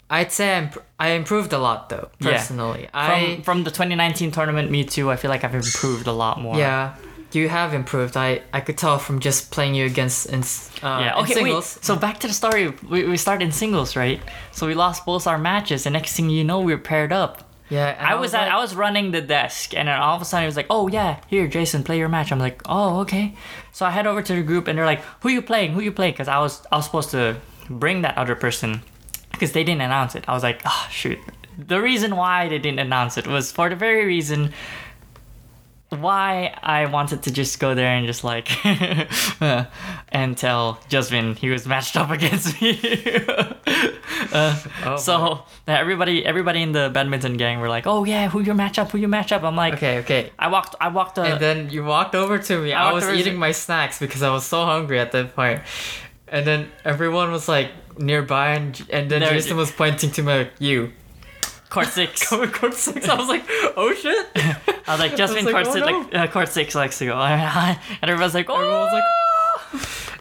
S1: I'd say I'm, I improved a lot though
S2: Yeah.
S1: personally. I
S2: from, from the 2019 tournament, me too. I feel like I've improved a lot more.
S1: Yeah, you have improved. I I could tell from just playing you against in, s- uh,
S2: Yeah.
S1: in
S2: Okay.
S1: singles.
S2: Wait. So back to the story. We, we started in singles, right? So we lost both our matches, and next thing you know, we were paired up.
S1: Yeah, and
S2: I was at,
S1: like-
S2: I was running the desk, and then all of a sudden it was like, "Oh yeah, here, Jason, play your match." I'm like, "Oh okay." So I head over to the group, and they're like, "Who you playing? Who you playing?" Because I was I was supposed to bring that other person, because they didn't announce it. I was like, "Ah, "Oh shoot." The reason why they didn't announce it was for the very reason why I wanted to just go there and just like and tell Jasmine he was matched up against me. uh,
S1: Oh, boy.
S2: so everybody, everybody in the badminton gang were like, "Oh yeah, who your matchup? Who your matchup?" I'm like,
S1: okay, okay.
S2: I walked, I walked. Uh,
S1: and then you walked over to me. I,
S2: walked
S1: was
S2: over to-
S1: eating my snacks because I was so hungry at that point. And then everyone was like nearby, and and then
S2: There-
S1: Jason was pointing to me like, you.
S2: court six.
S1: Cover court six. I was like, oh shit.
S2: I was like, Jasmine,
S1: like,
S2: court,
S1: "Oh,
S2: six,
S1: no."
S2: like, uh, court six likes to go, and everyone's like, "Oh."
S1: Everyone's like,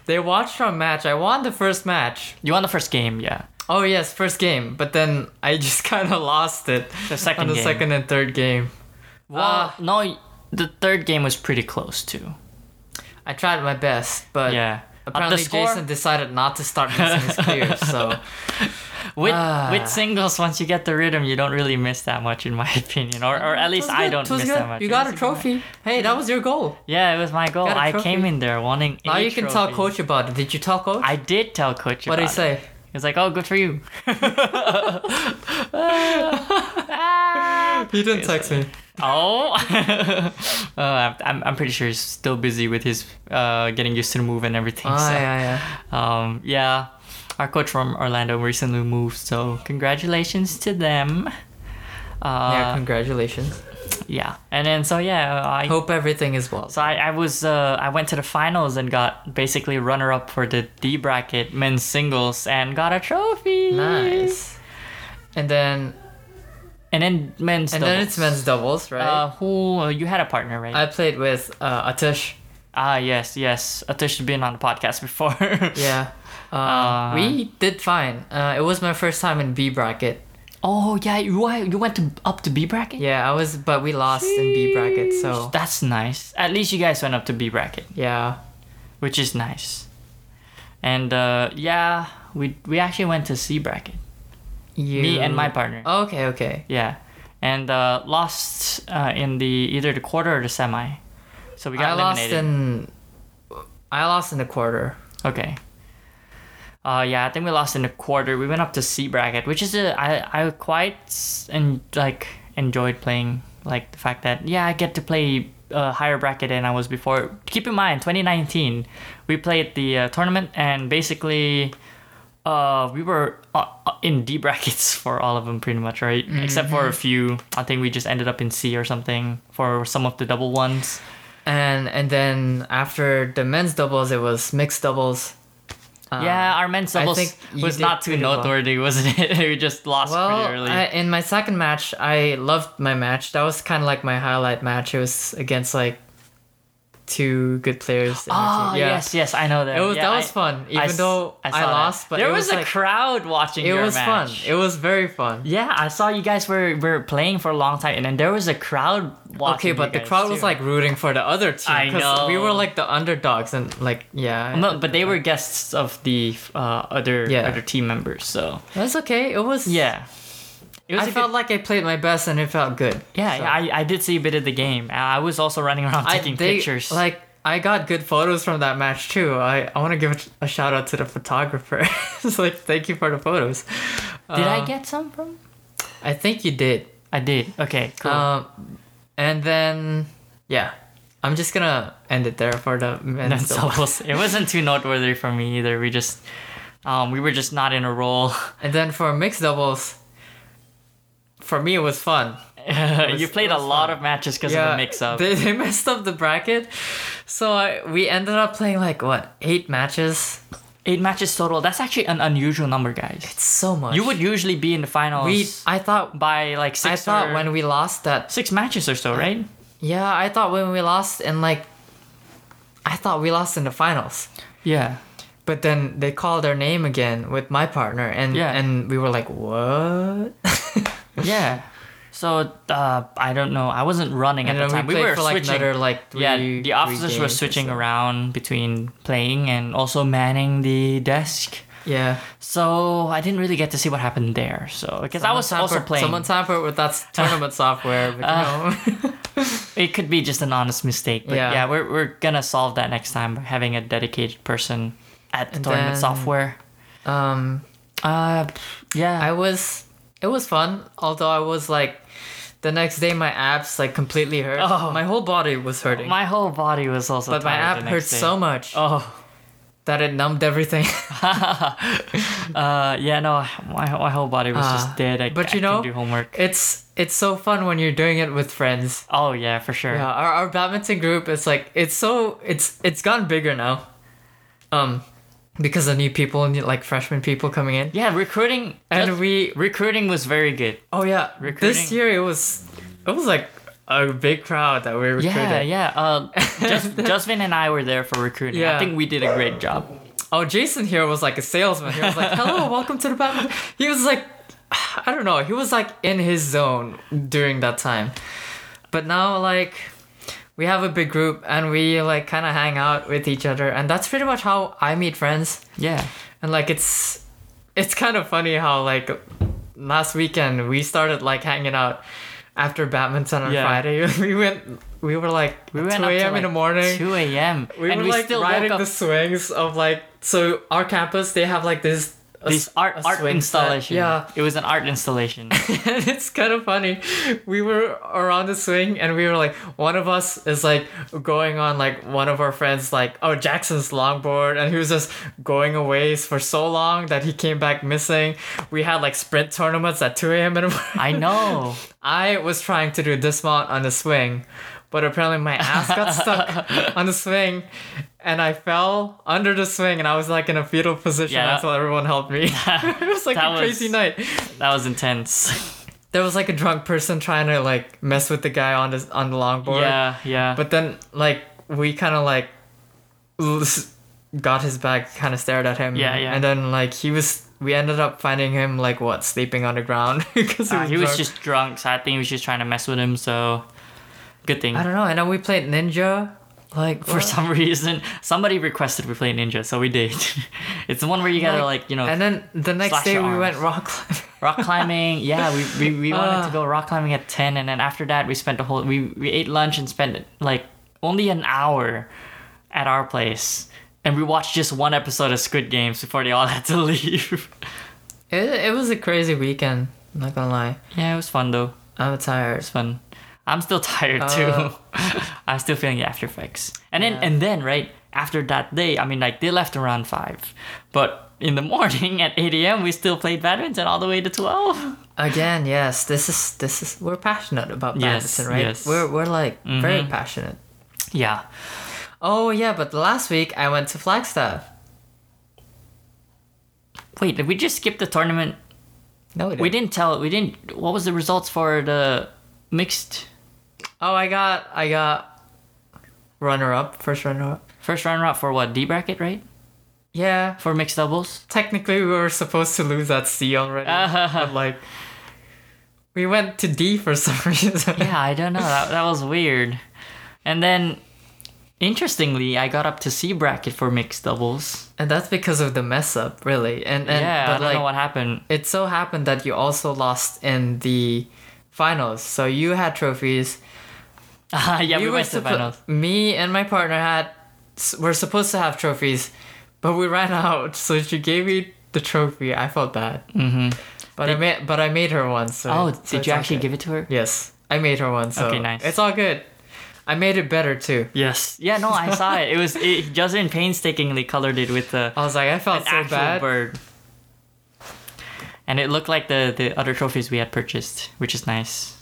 S1: they watched our match. I won the first match.
S2: you won the first game, yeah.
S1: Oh yes, first game. But then I just kind of lost it.
S2: The second
S1: on the
S2: game.
S1: second and third game.
S2: Well,
S1: Uh,
S2: no, the third game was pretty close too.
S1: I tried my best, but
S2: Yeah. Uh, the
S1: apparently
S2: score-
S1: Jason decided not to start missing his clears. So
S2: With
S1: Ah.
S2: with singles, once you get the rhythm, you don't really miss that much, in my opinion, or or at least
S1: It was
S2: I
S1: good,
S2: don't
S1: it was
S2: miss
S1: good.
S2: that much.
S1: You
S2: It
S1: got a
S2: was good.
S1: trophy. Hey, that was your goal.
S2: Yeah, it was my goal.
S1: Got a
S2: I
S1: trophy.
S2: came in there wanting.
S1: Now
S2: a
S1: you can tell
S2: trophy.
S1: coach about it. Did you tell coach?
S2: I did tell coach.
S1: what did he
S2: about It.
S1: say?
S2: He was like, "Oh, good for you."
S1: He didn't text me.
S2: oh, uh, I'm I'm pretty sure he's still busy with his uh getting used to the move and everything.
S1: Oh
S2: so.
S1: yeah, yeah.
S2: Um, yeah, our coach from Orlando recently moved, so congratulations to them.
S1: yeah,
S2: Uh,
S1: congratulations.
S2: yeah, and then so yeah, I
S1: Hope everything is well.
S2: so I, I was uh, I went to the finals and got basically runner up for the D bracket men's singles and got a trophy.
S1: Nice. And then
S2: And then men's
S1: and then it's men's doubles, right?
S2: Uh, who uh, you had a partner, right?
S1: I played with uh, Atish.
S2: ah, yes, yes. Atish has been on the podcast before.
S1: Yeah. Uh,
S2: Uh,
S1: we did fine. Uh, it was my first time in B bracket.
S2: Oh yeah, you you went to up to B bracket.
S1: Yeah, I was, but we lost in B bracket. So
S2: That's nice. At least you guys went up to B bracket,
S1: yeah,
S2: which is nice. And uh, yeah, we we actually went to C bracket.
S1: you
S2: Me and my partner.
S1: Okay, okay.
S2: Yeah, and uh, lost uh, in the either the quarter or the semi. So we
S1: I
S2: got
S1: lost
S2: eliminated.
S1: in. I lost in the quarter.
S2: okay. Uh, yeah, I think we lost in the quarter. We went up to C bracket, which is a, I, I quite s- and like enjoyed playing like the fact that yeah I get to play a higher bracket than I was before. Keep in mind, 2019, we played the uh, tournament and basically, uh, we were uh, uh, in D brackets for all of them pretty much, right? Except for a few. I think we just ended up in C or something for some of the double ones.
S1: and and then after the men's doubles, it was mixed doubles. Uh,
S2: yeah, our men's
S1: I
S2: doubles
S1: think you
S2: was
S1: did
S2: not too
S1: pretty well.
S2: noteworthy, wasn't it? we just lost pretty
S1: Well,
S2: early.
S1: I, in my second match, I loved my match. That was kind of like my highlight match. It was against like two good players. in our
S2: Ah,
S1: team. Yeah.
S2: yes, yes, I know that.
S1: It was
S2: Yeah,
S1: that
S2: I-
S1: was fun. Even
S2: s-
S1: though I,
S2: saw that.
S1: lost, but
S2: there
S1: it
S2: was,
S1: was,
S2: a
S1: like,
S2: crowd watching.
S1: it
S2: your
S1: was
S2: match.
S1: fun. It was very fun.
S2: yeah, I saw you guys were were playing for a long time, and then there was a crowd watching.
S1: Okay, but
S2: you
S1: the
S2: guys,
S1: crowd was
S2: too.
S1: like rooting for the other team.
S2: I
S1: 'cause We were
S2: know.
S1: like the underdogs, and like yeah,
S2: No, but they were guests of the uh, other
S1: Yeah.
S2: other team members. So
S1: that's okay. It was
S2: yeah, it
S1: I
S2: a
S1: felt
S2: good-
S1: like I played my best, and it felt good.
S2: yeah,
S1: So-
S2: yeah I, I did see a bit of the game. I I was also running around taking
S1: they-
S2: pictures.
S1: Like I got good photos from that match too. I, I want to give a shout out to the photographer. it's like thank you for the photos. Um,
S2: did I get some from?
S1: I think you did.
S2: I did. Okay, cool.
S1: Um, and then yeah, I'm just gonna end it there for the
S2: And
S1: men's
S2: so
S1: double.
S2: it was- it wasn't too noteworthy for me either. We just, um, we were just not in a role.
S1: And then for mixed doubles, for me it was fun.
S2: you
S1: was-
S2: played
S1: it
S2: a
S1: was
S2: lot of matches because of the mix-up.
S1: They, they messed up the bracket, so I, we ended up playing like what eight matches.
S2: Eight matches total. That's actually an unusual number, guys.
S1: It's so much.
S2: You would usually be in the finals
S1: We I thought
S2: by like six.
S1: I thought
S2: or-
S1: when we lost that
S2: six matches or so, right?
S1: Yeah, I thought when we lost in like I thought we lost in the finals.
S2: Yeah.
S1: But then they called our name again with my partner and
S2: Yeah.
S1: and we were like, "What?"
S2: Yeah. So uh, I don't know. I wasn't running at
S1: And
S2: the
S1: then
S2: time.
S1: we
S2: We,
S1: played
S2: were
S1: for like
S2: switching.
S1: another like three,
S2: yeah,
S1: three
S2: the officers were
S1: games or
S2: switching
S1: so.
S2: around between playing and also manning the desk.
S1: Yeah,
S2: So I didn't really get to see what happened there. So because I
S1: Someone
S2: was
S1: tampered-
S2: also playing,
S1: Someone tampered with that s- tournament software, but you know.
S2: it could be just an honest mistake. But
S1: Yeah.
S2: yeah, we're we're gonna solve that next time by having a dedicated person at the
S1: And
S2: tournament
S1: then-
S2: software.
S1: um,
S2: Uh, yeah,
S1: I was. It was fun, although I was like, The next day, my abs like completely hurt.
S2: Oh.
S1: My whole body was hurting.
S2: My whole body was also.
S1: but my
S2: tired
S1: ab
S2: the
S1: hurt
S2: next day.
S1: so much
S2: Oh,
S1: that it numbed everything.
S2: uh, yeah, no, my, my whole body was
S1: Ah,
S2: just dead. I,
S1: but
S2: I
S1: you know-
S2: can do homework.
S1: it's it's so fun when you're doing it with friends.
S2: Oh yeah, for sure.
S1: Yeah, our, our badminton group is like it's so it's it's gotten bigger now, um, because of new people and like freshman people coming in.
S2: Yeah, recruiting
S1: And
S2: just-
S1: we-
S2: recruiting was very good.
S1: Oh yeah, this
S2: Recruiting.
S1: year it was it was like a big crowd that we recruited.
S2: Yeah, yeah. Uh, just, Justin and I were there for recruiting.
S1: Yeah.
S2: I think we did a great job.
S1: Oh, Jason here was like a salesman. He was like, "Hello, welcome to the badminton." He was like, I don't know. He was like in his zone during that time, but now like we have a big group and we like kind of hang out with each other, and that's pretty much how I meet friends.
S2: Yeah.
S1: And like it's it's kind of funny how like last weekend we started like hanging out after badminton on
S2: Yeah.
S1: Friday. We went. We were like
S2: We
S1: 2
S2: went
S1: a.m.
S2: up to,
S1: in
S2: like,
S1: the morning.
S2: 2 a.m.
S1: We
S2: and
S1: were
S2: we
S1: like
S2: still
S1: riding
S2: woke up
S1: the swings of like so our campus they have like this a
S2: this
S1: s-
S2: art
S1: a
S2: art
S1: swing set.
S2: installation.
S1: Yeah,
S2: It was an art installation.
S1: and it's kind of funny. We were around the swing and we were like one of us is like going on like one of our friends like oh Jackson's longboard and he was just going away for so long that he came back missing. We had like sprint tournaments at two a.m. in the morning.
S2: I know.
S1: I was trying to do dismount on the swing, but apparently my ass got stuck on the swing and I fell under the swing and I was like in a fetal position
S2: Yeah.
S1: until everyone helped me. it was like
S2: That
S1: a
S2: was-
S1: crazy night.
S2: That was intense.
S1: There was like a drunk person trying to like mess with the guy on the on the longboard.
S2: yeah, yeah.
S1: But then like we kind of like l- s- got his back, kind of stared at him.
S2: Yeah, yeah.
S1: And then like he was we ended up finding him like what sleeping on the ground because
S2: Uh, he was
S1: drunk.
S2: just drunk, so I think he was just trying to mess with him. So, good thing.
S1: I don't know. And then we played Ninja. Like
S2: For some reason, somebody requested we play Ninja, so we did. it's the one where you gotta like you know
S1: And then the next
S2: slash
S1: day
S2: your
S1: we went
S2: arms.
S1: rock climbing.
S2: rock climbing. yeah, we we, we wanted
S1: Ah.
S2: to go rock climbing at ten, and then after that we spent the whole we we ate lunch and spent like only an hour at our place, and we watched just one episode of Squid Games before they all had to leave.
S1: It, it was a crazy weekend. I'm not gonna lie.
S2: yeah, it was fun though.
S1: I'm tired.
S2: It's fun. I'm still tired
S1: Uh.
S2: too. I'm still feeling the after effects. And then and then right after that day, I mean like they left around five, but in the morning at eight a.m. we still played badminton all the way to twelve.
S1: Again, yes. This is this is we're passionate about
S2: Yes,
S1: badminton, right?
S2: yes. Mm-hmm.
S1: We're we're like very passionate.
S2: Yeah.
S1: Oh yeah, but last week I went to Flagstaff.
S2: Wait, did we just skip the tournament?
S1: No, we didn't.
S2: We didn't tell. We didn't. What was the results for the mixed
S1: Oh, I got I got runner up, first runner up.
S2: first runner up for what D bracket right
S1: Yeah.
S2: for mixed doubles?
S1: Technically, we were supposed to lose at C already,
S2: Uh-huh.
S1: but like we went to D for some reason.
S2: Yeah, I don't know. That, that was weird. And then, interestingly, I got up to C bracket for mixed doubles.
S1: And that's because of the mess up, really. And and
S2: yeah, I
S1: but
S2: don't
S1: like
S2: know what happened.
S1: it so happened that you also lost in the finals. So you had trophies.
S2: yeah,
S1: you
S2: we
S1: were
S2: went to
S1: suppo-
S2: finals.
S1: Me and my partner had s- were supposed to have trophies, but we ran out. So she gave me the trophy. I felt bad. Mm-hmm. But I made but I made her one. So
S2: Oh,
S1: it- so
S2: did
S1: it's
S2: you actually
S1: okay.
S2: give it to her?
S1: Yes, I made her one. So
S2: Okay, nice.
S1: It's all good. I made it better too.
S2: Yes. Yeah, no, I saw it. It was it, Justin painstakingly colored it with the
S1: I was like, I felt Oh, so
S2: actual
S1: bad.
S2: bird, and it looked like the the other trophies we had purchased, which is nice.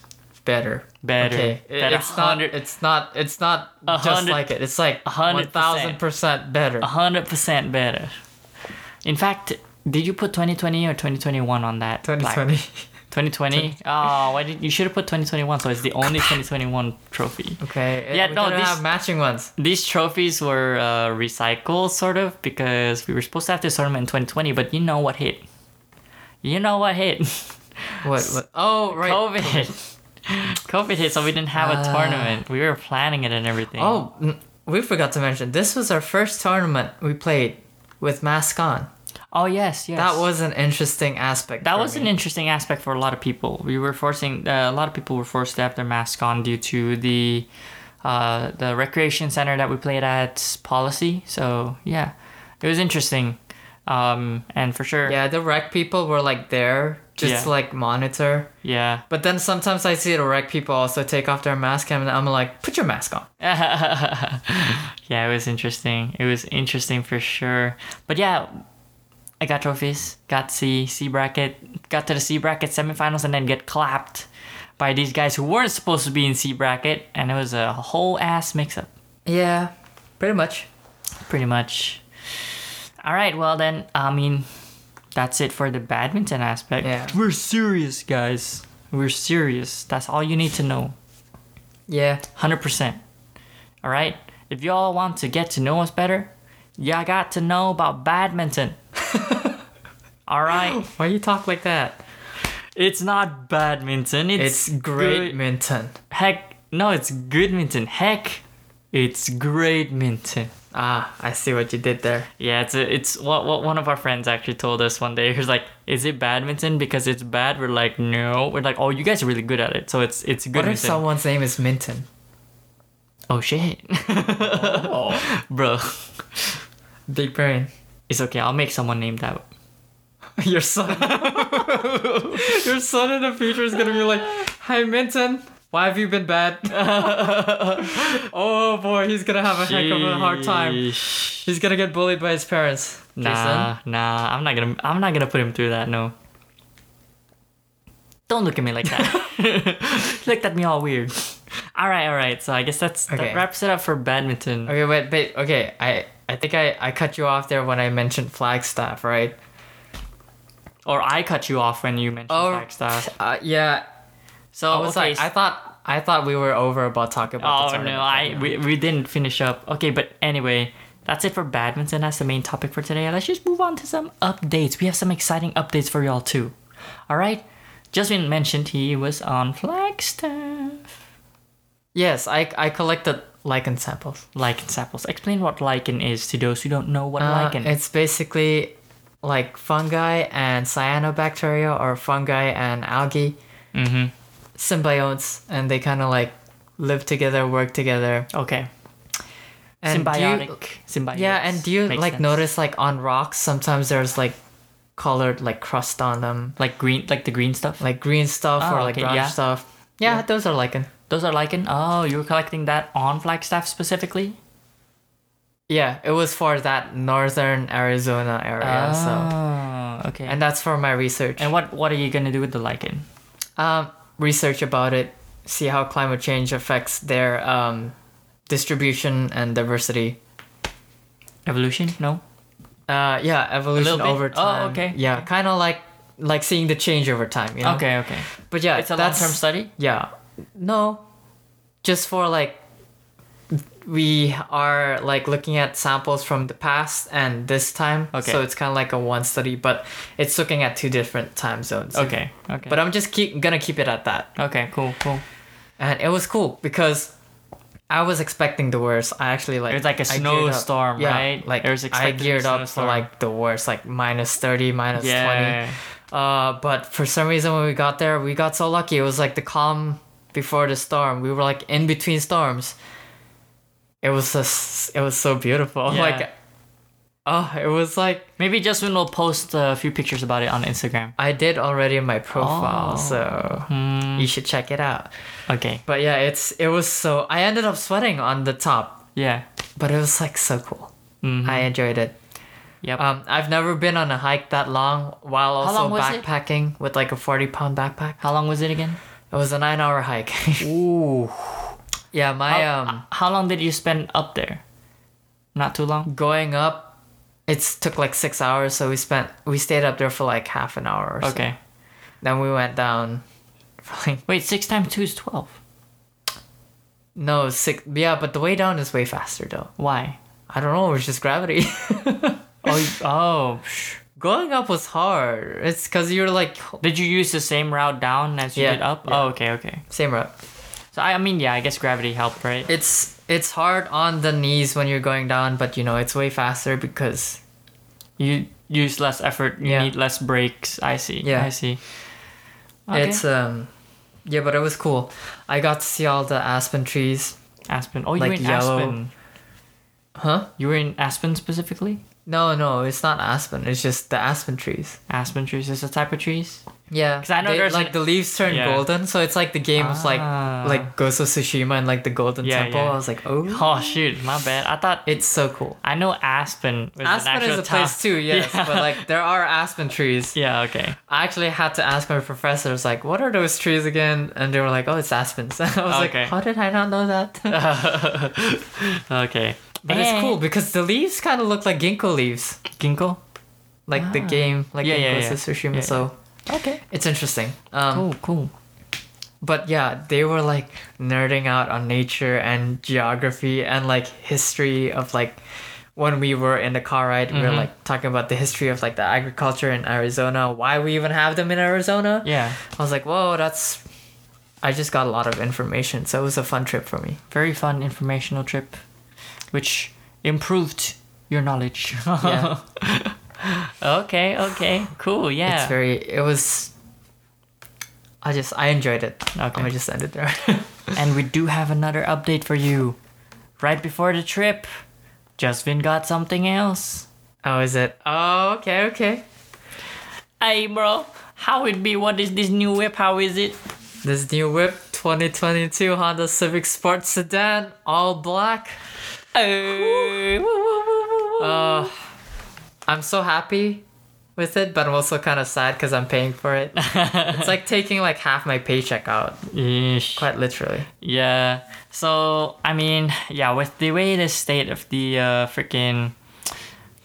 S1: Better.
S2: Better.
S1: Okay. it-
S2: Better.
S1: It's not.
S2: 100
S1: It's not. It's not
S2: A
S1: just
S2: hundred-
S1: like it. It's like
S2: a hundred
S1: one thousand percent better.
S2: hundred percent better. In fact, did you put twenty twenty or twenty twenty one on that?
S1: Twenty
S2: plaque?
S1: twenty.
S2: 2020? Oh, why did you should have put 2021 so it's the only 2021 trophy.
S1: Okay.
S2: Yeah,
S1: we
S2: no,
S1: couldn't
S2: this-
S1: have matching ones.
S2: these trophies were uh, recycled sort of because we were supposed to have this tournament in 2020 but you know what hit you know what hit
S1: What? what? Oh, right.
S2: covid hit covid hit so we didn't have a
S1: Ah.
S2: tournament we were planning it and everything
S1: Oh, n- we forgot to mention this was our first tournament we played with mask on.
S2: oh yes yes
S1: That was an interesting aspect.
S2: that
S1: for
S2: was an
S1: me.
S2: interesting aspect for a lot of people we were forcing uh, a lot of people were forced to have their mask on due to the uh, the recreation center that we played at policy so yeah it was interesting um, and for sure
S1: yeah, the rec people were like there just
S2: Yeah.
S1: like monitor.
S2: Yeah.
S1: But then sometimes I see the rec people also take off their mask, and I'm like, put your mask on.
S2: yeah, it was interesting. It was interesting for sure. But yeah, I got trophies, got C, C bracket, got to the C bracket semifinals, and then get clapped by these guys who weren't supposed to be in C bracket, and it was a whole ass mix up,
S1: Yeah, pretty much.
S2: pretty much. All right, well then, I mean, that's it for the badminton aspect.
S1: Yeah.
S2: We're serious, guys. We're serious. That's all you need to know.
S1: Yeah,
S2: Hundred percent. All right. If y'all want to get to know us better, y'all got to know about badminton. All right.
S1: why you talk like that?
S2: It's not badminton. It's,
S1: It's great
S2: good-
S1: minton.
S2: Heck, no, it's good minton. Heck, it's great minton.
S1: Ah, I see what you did there.
S2: Yeah, it's a, it's what what one of our friends actually told us one day. He was like, "Is it badminton because it's bad?" We're like, "No." We're like, "Oh, you guys are really good at it, so it's it's good."
S1: What if someone's name is Minton?
S2: oh shit, bro,
S1: Big brain.
S2: it's okay. I'll make someone name that.
S1: Your son. Your son in the future is gonna be like, Hi Minton, why have you been bad? oh boy, he's gonna have a heck of a hard time.
S2: Sheesh.
S1: He's gonna get bullied by his parents.
S2: Nah, nah, I'm not gonna, I'm not gonna put him through that. No. Don't look at me like that. You looked at me all weird. All right, all right. So I guess that's
S1: Okay.
S2: that wraps it up for badminton.
S1: Okay, wait, wait, okay, I I think I, I cut you off there when I mentioned Flagstaff, right?
S2: Or I cut you off when you mentioned
S1: Oh.
S2: Flagstaff.
S1: Uh, yeah.
S2: So
S1: I was
S2: okay,
S1: like, I thought I thought we were over about talking about the
S2: oh no,
S1: tournament.
S2: I we, we didn't finish up. Okay, but anyway, that's it for badminton. That's the main topic for today. Let's just move on to some updates. We have some exciting updates for y'all too. All right, Justin mentioned he was on Flagstaff.
S1: Yes, I I collected lichen samples.
S2: Lichen samples. Explain what lichen is to those who don't know what
S1: Uh,
S2: lichen. is.
S1: It's basically like fungi and cyanobacteria or fungi and algae
S2: Mhm.
S1: symbionts and they kind of like live together, work together.
S2: Okay.
S1: And do you-
S2: symbiotic. symbiotic.
S1: yeah, and do you
S2: Makes
S1: like
S2: sense.
S1: notice like on rocks sometimes there's like colored like crust on them,
S2: like green, like the green stuff?
S1: like green stuff
S2: Oh,
S1: or like
S2: okay,
S1: brown
S2: yeah.
S1: stuff? Yeah, those are lichen.
S2: Those are lichen. Oh, you were collecting that on Flagstaff specifically?
S1: Yeah, it was for that northern Arizona area, so
S2: Oh, okay.
S1: and that's for my research.
S2: And what what are you gonna do with the lichen?
S1: um, research about it, see how climate change affects their um, distribution and diversity.
S2: Evolution? No.
S1: Uh, yeah, evolution
S2: bit?
S1: over
S2: Oh,
S1: time.
S2: okay.
S1: Yeah, kind of like like seeing the change over time. You know.
S2: Okay, okay.
S1: But yeah,
S2: It's a long
S1: that's
S2: term study.
S1: yeah. No, just for like we are like looking at samples from the past and this time.
S2: Okay.
S1: So it's kind of like a one study, but it's looking at two different time zones.
S2: Okay, okay.
S1: But uh, I'm just keep gonna keep it at that.
S2: okay, cool, cool.
S1: and it was cool because I was expecting the worst. I actually like
S2: It was like a
S1: I geared up-
S2: snowstorm,
S1: yeah,
S2: right?
S1: Like
S2: It was
S1: I
S2: expected
S1: geared
S2: a
S1: up for
S2: snowstorm.
S1: like the worst, like minus thirty, minus
S2: Yeah.
S1: twenty. Uh, but for some reason when we got there, we got so lucky. It was like the calm before the storm. We were like in between storms. It was just, it was so beautiful.
S2: Yeah.
S1: Like, oh, it was like
S2: Maybe Justin will post a few pictures about it on Instagram.
S1: I did already in my profile,
S2: Oh. Hmm.
S1: so you should check it out.
S2: Okay.
S1: But yeah, it's it was so I ended up sweating on the top
S2: Yeah.
S1: but it was like so cool. I enjoyed it.
S2: Yep.
S1: Um, I've never been on a hike that long while also
S2: long was it?
S1: backpacking with like a forty pound backpack.
S2: How long was it again?
S1: It was a nine hour hike.
S2: Ooh.
S1: yeah, my um
S2: How long did you spend up there? Not too long.
S1: going up, it took like six hours. So we spent we stayed up there for like half an hour. Or so.
S2: Okay.
S1: Then we went down. For like,
S2: Wait, six times two is twelve.
S1: no six. Yeah, but the way down is way faster though.
S2: Why?
S1: I don't know. It was just gravity.
S2: Oh, you- oh. psh.
S1: going up was hard. It's because you're like
S2: Did you use the same route down as you
S1: Yeah,
S2: did up?
S1: yeah.
S2: Oh, okay, okay.
S1: same route.
S2: So I, I mean, yeah, I guess gravity helped, right?
S1: it's it's hard on the knees when you're going down, but you know it's way faster because
S2: you use less effort you
S1: Yeah.
S2: need less breaks i see
S1: Yeah.
S2: i see Okay.
S1: it's um yeah, but it was cool. I got to see all the aspen trees.
S2: aspen oh you
S1: uh, like
S2: were in
S1: yellow.
S2: aspen
S1: Huh?
S2: you were in aspen specifically
S1: No, no, it's not aspen. It's just the aspen trees.
S2: Aspen trees is a type of trees.
S1: Yeah,
S2: 'Cause I know
S1: they-
S2: there's
S1: like
S2: an-
S1: the leaves turn
S2: Yeah.
S1: golden, so it's like the game was like
S2: Ah.
S1: like Ghost of Tsushima and like the Golden
S2: Yeah,
S1: Temple.
S2: yeah.
S1: I was like, oh,
S2: Oh shoot, my bad. I thought
S1: it's so cool.
S2: I know Aspen. Is an
S1: Aspen
S2: actual
S1: is a
S2: town.
S1: place too, yes,
S2: Yeah.
S1: but like there are aspen trees.
S2: yeah. Okay.
S1: I actually had to ask my professors like, what are those trees again? And they were like, oh, it's aspens. I was
S2: Okay.
S1: like, how did I not know that?
S2: okay.
S1: but it's cool because the leaves kind of look like ginkgo leaves,
S2: Ginkgo.
S1: like the game, like
S2: Ah. Yeah,
S1: in
S2: yeah,
S1: Ghost
S2: yeah.
S1: of Tsushima.
S2: Yeah,
S1: So
S2: Okay.
S1: it's interesting. Um,
S2: Cool. Oh, Cool.
S1: but yeah, they were like nerding out on nature and geography and like history of like when we were in the car ride,
S2: Mm-hmm.
S1: we were like talking about the history of like the agriculture in Arizona, why we even have them in Arizona.
S2: Yeah.
S1: I was like, whoa, that's. I just got a lot of information, so it was a fun trip for me.
S2: Very fun informational trip, which improved your knowledge.
S1: Yeah.
S2: okay. Okay. Cool. Yeah.
S1: It's very. It was. I just I enjoyed it. I'm
S2: Okay.
S1: gonna just end it there.
S2: And we do have another update for you. Right before the trip, Justin got something else.
S1: oh, is it? Oh, okay, okay.
S2: Hey, bro, how it be? What is this new whip? How is it?
S1: This new whip, 2022 Honda Civic Sport Sedan, all black.
S2: Hey.
S1: Uh, I'm so happy with it, but I'm also kind of sad because I'm paying for it. it's like taking like half my paycheck out,
S2: Yeesh.
S1: quite literally.
S2: Yeah. So I mean, yeah, with the way the state of the uh, freaking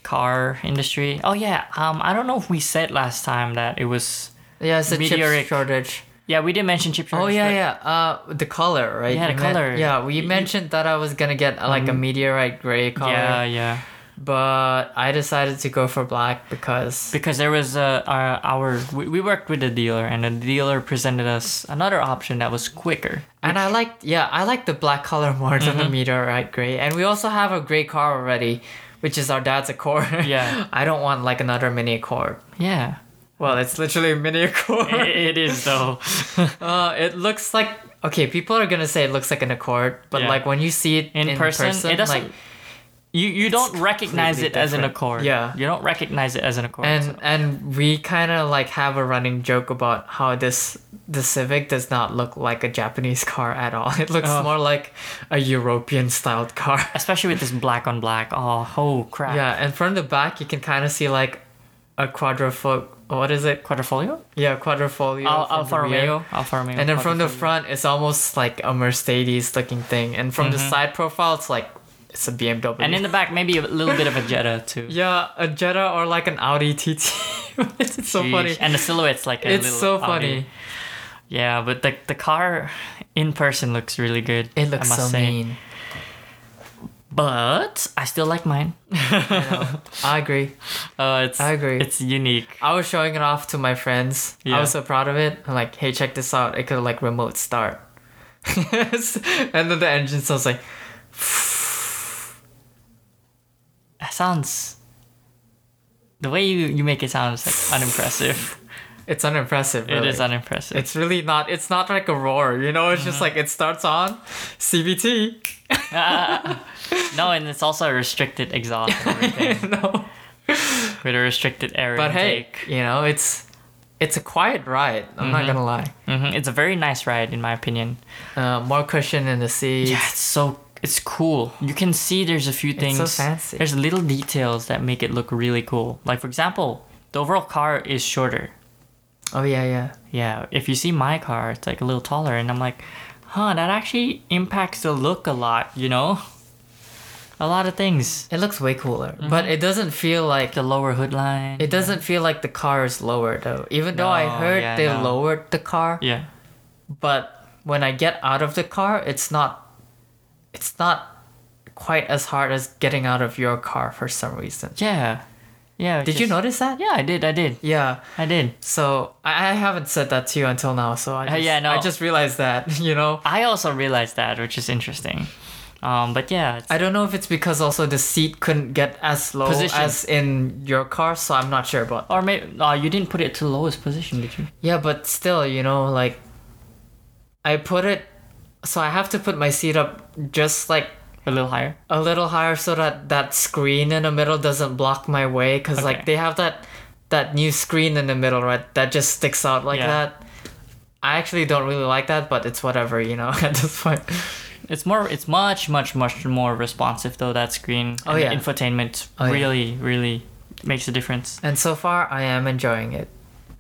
S2: car industry. Oh yeah. Um, I don't know if we said last time that it was.
S1: Yeah, it's a
S2: Meteoric.
S1: chip shortage.
S2: Yeah, we did mention chip.
S1: Oh
S2: shortage,
S1: yeah,
S2: but-
S1: yeah. Uh, the color, right?
S2: Yeah, the
S1: You meant-
S2: color.
S1: yeah, we
S2: Y- Mm-hmm.
S1: mentioned that I was gonna get uh, like a meteorite gray color,
S2: Yeah, yeah.
S1: but I decided to go for black because
S2: because there was uh, our, our we, we worked with a dealer and the dealer presented us another option that was quicker
S1: and I liked yeah I like the black color more than
S2: Mm-hmm.
S1: the meteorite gray, and we also have a gray car already, which is our dad's Accord.
S2: Yeah.
S1: I don't want like another mini Accord.
S2: yeah
S1: Well, it's literally a mini Accord.
S2: it is though
S1: uh, it looks like okay. People are gonna say it looks like an Accord, but
S2: Yeah.
S1: like when you see it
S2: in, person, it doesn't
S1: like,
S2: you you don't recognize it
S1: completely
S2: as an
S1: different.
S2: accord
S1: Yeah.
S2: you don't recognize it as an accord
S1: and
S2: so-
S1: and we kind of like have a running joke about how this the Civic does not look like a Japanese car at all. It looks
S2: Oh.
S1: more like a European styled car.
S2: especially with this black on black oh oh crap
S1: yeah, and from the back you can kind of see like a quadrifo. What is it?
S2: quadrifoglio
S1: Yeah, quadrifoglio.
S2: Al-
S1: from
S2: alfa
S1: the rear.
S2: romeo alfa romeo
S1: And then from the
S2: quadrifoglio.
S1: front, it's almost like a Mercedes looking thing, and from the side profile, it's like it's a BMW.
S2: Mm-hmm. and in the back maybe a little bit of a jetta too
S1: yeah, a Jetta or like an Audi TT. it's so
S2: Sheesh.
S1: funny.
S2: and the silhouette's like a
S1: It's
S2: little
S1: so
S2: Audi.
S1: funny.
S2: yeah but the, the car in person looks really good
S1: It looks
S2: I
S1: so
S2: must say.
S1: mean.
S2: but I still like mine.
S1: I agree.
S2: Uh, it's
S1: I agree.
S2: It's unique.
S1: I was showing it off to my friends.
S2: Yeah.
S1: I was so proud of it. I'm like, hey, check this out. It could like remote start. and then the engine sounds like,
S2: It sounds the way you, you make it sound is like unimpressive.
S1: it's unimpressive.
S2: It
S1: really.
S2: is unimpressive.
S1: It's really not. It's not like a roar. You know, it's just
S2: Uh-huh.
S1: like it starts on CVT.
S2: no, and it's also a restricted exhaust and everything,
S1: no.
S2: with a restricted air
S1: But hey,
S2: intake.
S1: you know, it's it's a quiet ride. I'm not gonna lie.
S2: Mhm, it's a very nice ride in my opinion.
S1: Uh, more cushion in the seat.
S2: Yeah, it's so it's cool. You can see there's a few things.
S1: so fancy.
S2: There's little details that make it look really cool. Like for example, the overall car is shorter.
S1: Oh yeah, yeah.
S2: Yeah, if you see my car, it's like a little taller, and I'm like, huh, that actually impacts the look a lot, you know? A lot of things.
S1: It looks way cooler, but
S2: Mm-hmm.
S1: it doesn't feel like
S2: The lower hood line.
S1: It doesn't feel like the car is lower though. Even though I
S2: No,
S1: heard
S2: yeah,
S1: they
S2: no.
S1: lowered the car,
S2: Yeah.
S1: but when I get out of the car, it's not it's not quite as hard as getting out of your car for some reason.
S2: Yeah. Yeah. it's
S1: Did you
S2: just-
S1: notice that?
S2: Yeah, I did. I did.
S1: Yeah.
S2: I did.
S1: So I, I haven't said that to you until now, so I just,
S2: Uh, yeah, no.
S1: I just realized that, you know.
S2: I also realized that, which is interesting. Um, but yeah, it's,
S1: I don't know if it's because also the seat couldn't get as low
S2: Position.
S1: as in your car, so I'm not sure about
S2: or maybe uh, you didn't put it to lowest position, did you?
S1: Yeah, but still, you know, like I put it so I have to put my seat up just like
S2: a little higher.
S1: a little higher so that that screen in the middle doesn't block my way because
S2: Okay.
S1: like they have that that new screen in the middle right that just sticks out like
S2: Yeah.
S1: that i actually don't really like that but it's whatever you know at this point
S2: It's more. It's much, much, much more responsive though. That screen.
S1: Oh,
S2: And
S1: yeah.
S2: The infotainment
S1: Oh, yeah.
S2: really, really makes a difference.
S1: and so far i am enjoying it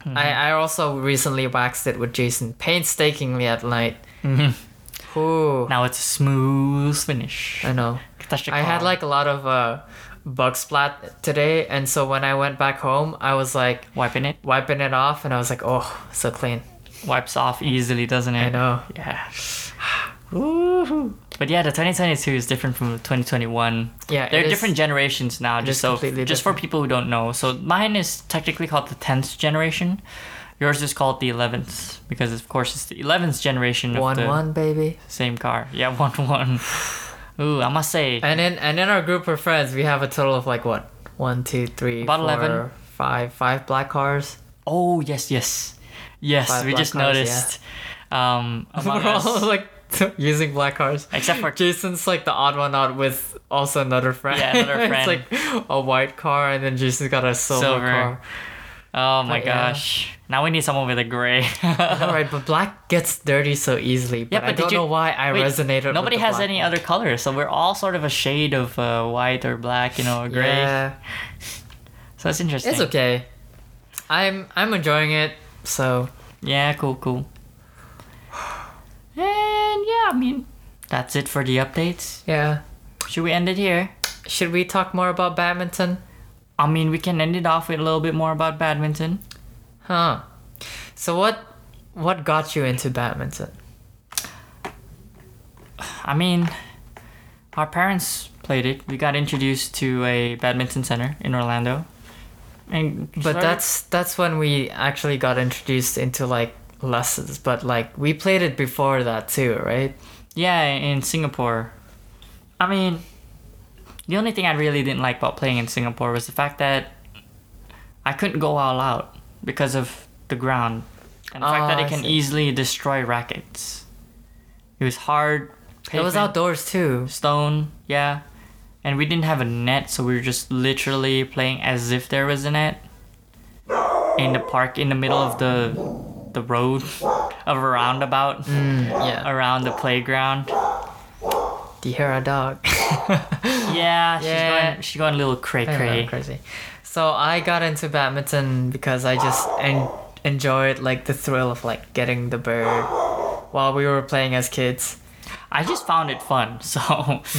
S2: Mm-hmm.
S1: I, I also recently waxed it with jason painstakingly at night mm-hmm. Ooh,
S2: Now it's a smooth finish.
S1: i know
S2: Touch the
S1: I had
S2: car.
S1: like a lot of uh, bug splat today, and so when I went back home, I was like
S2: wiping it.
S1: wiping it off, and I was like, oh, so clean.
S2: Wipes off easily, doesn't it?
S1: I know.
S2: Yeah. But yeah, the 2022 is different from the 2021.
S1: Yeah, it
S2: They're
S1: is-
S2: different generations now.
S1: is
S2: Just so,
S1: completely
S2: just for people who don't know. So mine is technically called the 10th generation. Yours is called the 11th because of course it's the 11th generation of
S1: One
S2: the
S1: one baby.
S2: same car. Yeah, one one. Ooh, I must say,
S1: And in and in our group of friends, we have a total of like what one, two, three,
S2: About
S1: four,
S2: 11.
S1: five- five black cars.
S2: oh yes, yes, yes.
S1: Five
S2: we
S1: black
S2: just
S1: cars, yeah.
S2: noticed. Um, among
S1: We're all
S2: us,
S1: like using black cars.
S2: except for
S1: Jason's like the odd one out with also another friend.
S2: Yeah, another
S1: it's
S2: friend.
S1: like a white car, and then Jason's got a silver,
S2: Silver.
S1: car.
S2: oh my
S1: But yeah.
S2: gosh, now we need someone with a gray.
S1: All right, but black gets dirty so easily. But,
S2: Uh-huh. Yeah,
S1: I
S2: but did
S1: don't
S2: you-
S1: know why I
S2: Wait,
S1: resonated. with
S2: Nobody
S1: the
S2: has
S1: black
S2: any
S1: one.
S2: other color, so we're all sort of a shade of uh, white or black, you know, or gray.
S1: Yeah,
S2: So it's interesting.
S1: it's okay. I'm I'm enjoying it. So
S2: Yeah, cool, cool. And yeah, I mean, that's it for the updates.
S1: yeah,
S2: Should we end it here?
S1: should we talk more about badminton?
S2: I mean, we can end it off with a little bit more about badminton.
S1: Huh. So what what got you into badminton?
S2: I mean, our parents played it. We got introduced to a badminton center in Orlando. And
S1: But that's that's when we actually got introduced into like lessons. But like we played it before that too, right?
S2: Yeah, in Singapore. I mean, the only thing I really didn't like about playing in Singapore was the fact that I couldn't go all out because of the ground and the fact that
S1: Ah,
S2: it
S1: I
S2: can
S1: see.
S2: easily destroy rackets. It was hard.
S1: It was
S2: pavement,
S1: outdoors too.
S2: stone, yeah, and we didn't have a net, so we were just literally playing as if there was a net in the park in the middle of the the road of a roundabout
S1: Mm. Yeah.
S2: around the playground.
S1: Do you hear a dog?
S2: Yeah, she's
S1: Yeah.
S2: going she's going a little cray
S1: I know,
S2: cray.
S1: crazy. So I got into badminton because I just en- enjoyed like the thrill of like getting the bird while we were playing as kids.
S2: I just found it fun. So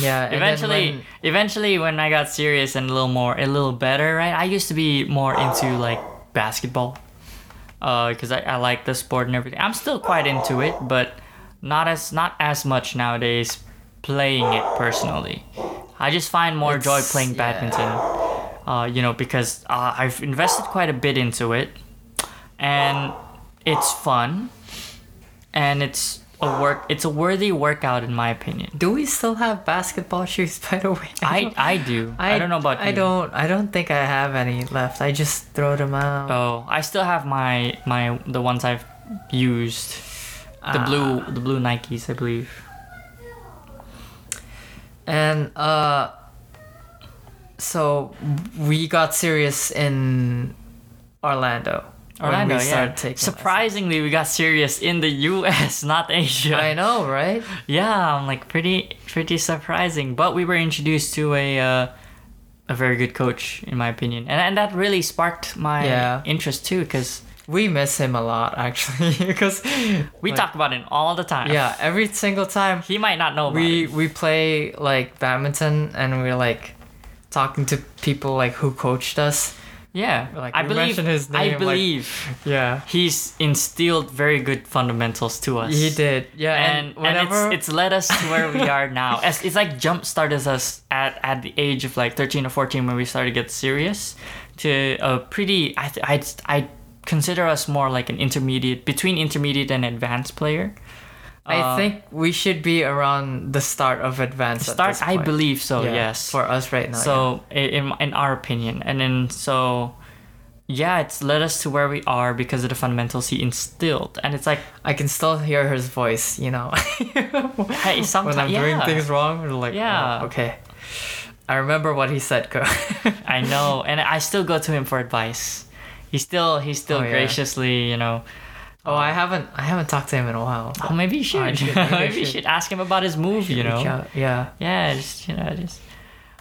S1: Yeah, and then
S2: eventually
S1: when-
S2: eventually when I got serious and a little more a little better, right? I used to be more into like basketball. Uh, cuz I, I like the sport and everything. I'm still quite into it, but not as not as much nowadays playing it personally. I just find more joy
S1: It's-
S2: playing
S1: yeah.
S2: badminton. Uh, you know, because uh, I've invested quite a bit into it and it's fun and it's a work it's a worthy workout in my opinion
S1: Do we still have basketball shoes by the way?
S2: i
S1: don't-
S2: i do i, don't know about
S1: I
S2: you.
S1: don't I don't think I have any left. I just throw them out.
S2: oh i still have my my the ones i've used the
S1: Uh,
S2: blue the blue nikes i believe
S1: And uh so we got serious in Orlando. when
S2: Orlando,
S1: we started
S2: yeah.
S1: taking
S2: Surprisingly, we got serious in the U.S., not Asia.
S1: lessons. I know, right?
S2: Yeah, I'm like pretty, pretty surprising. But we were introduced to a, uh, a very good coach, in my opinion, and and that really sparked my
S1: Yeah.
S2: interest too, because
S1: We miss him a lot actually because
S2: we
S1: Like-
S2: talk about it all the time.
S1: Yeah, every single time
S2: He might not know about
S1: we
S2: it.
S1: we play like badminton and we're like talking to people like who coached us.
S2: Yeah.
S1: Like,
S2: I
S1: we
S2: believe
S1: mentioned his name,
S2: I
S1: like-
S2: believe
S1: Yeah.
S2: he's instilled very good fundamentals to us.
S1: He did. Yeah, and,
S2: And, and
S1: whenever
S2: it's, it's led us to where we are now. It's, it's like jump started us at, at the age of like 13 or 14 when we started to get serious to a pretty, I, th- I'd, i consider us more like an intermediate, between intermediate and advanced player. uh, Um,
S1: I think we should be around the start of advanced. at
S2: Start,
S1: this
S2: I
S1: point.
S2: believe so,
S1: Yeah,
S2: yes.
S1: For us right now.
S2: So i in in our opinion, and then so yeah, it's led us to where we are because of the fundamentals he instilled. And it's like,
S1: I can still hear his voice, you know.
S2: hey, sometimes
S1: when I'm doing things wrong, we're like,
S2: Yeah.
S1: "Oh, okay. I remember what he said, Ko.
S2: I know, and I still go to him for advice. He still, he still
S1: Oh, yeah.
S2: graciously, you know.
S1: oh, I haven't, I haven't talked to him in a while.
S2: Oh, maybe you should.
S1: I should,
S2: maybe,
S1: maybe I
S2: you
S1: should.
S2: should ask him about his move. You
S1: Reach
S2: know.
S1: out, yeah.
S2: Yeah, just you know, just.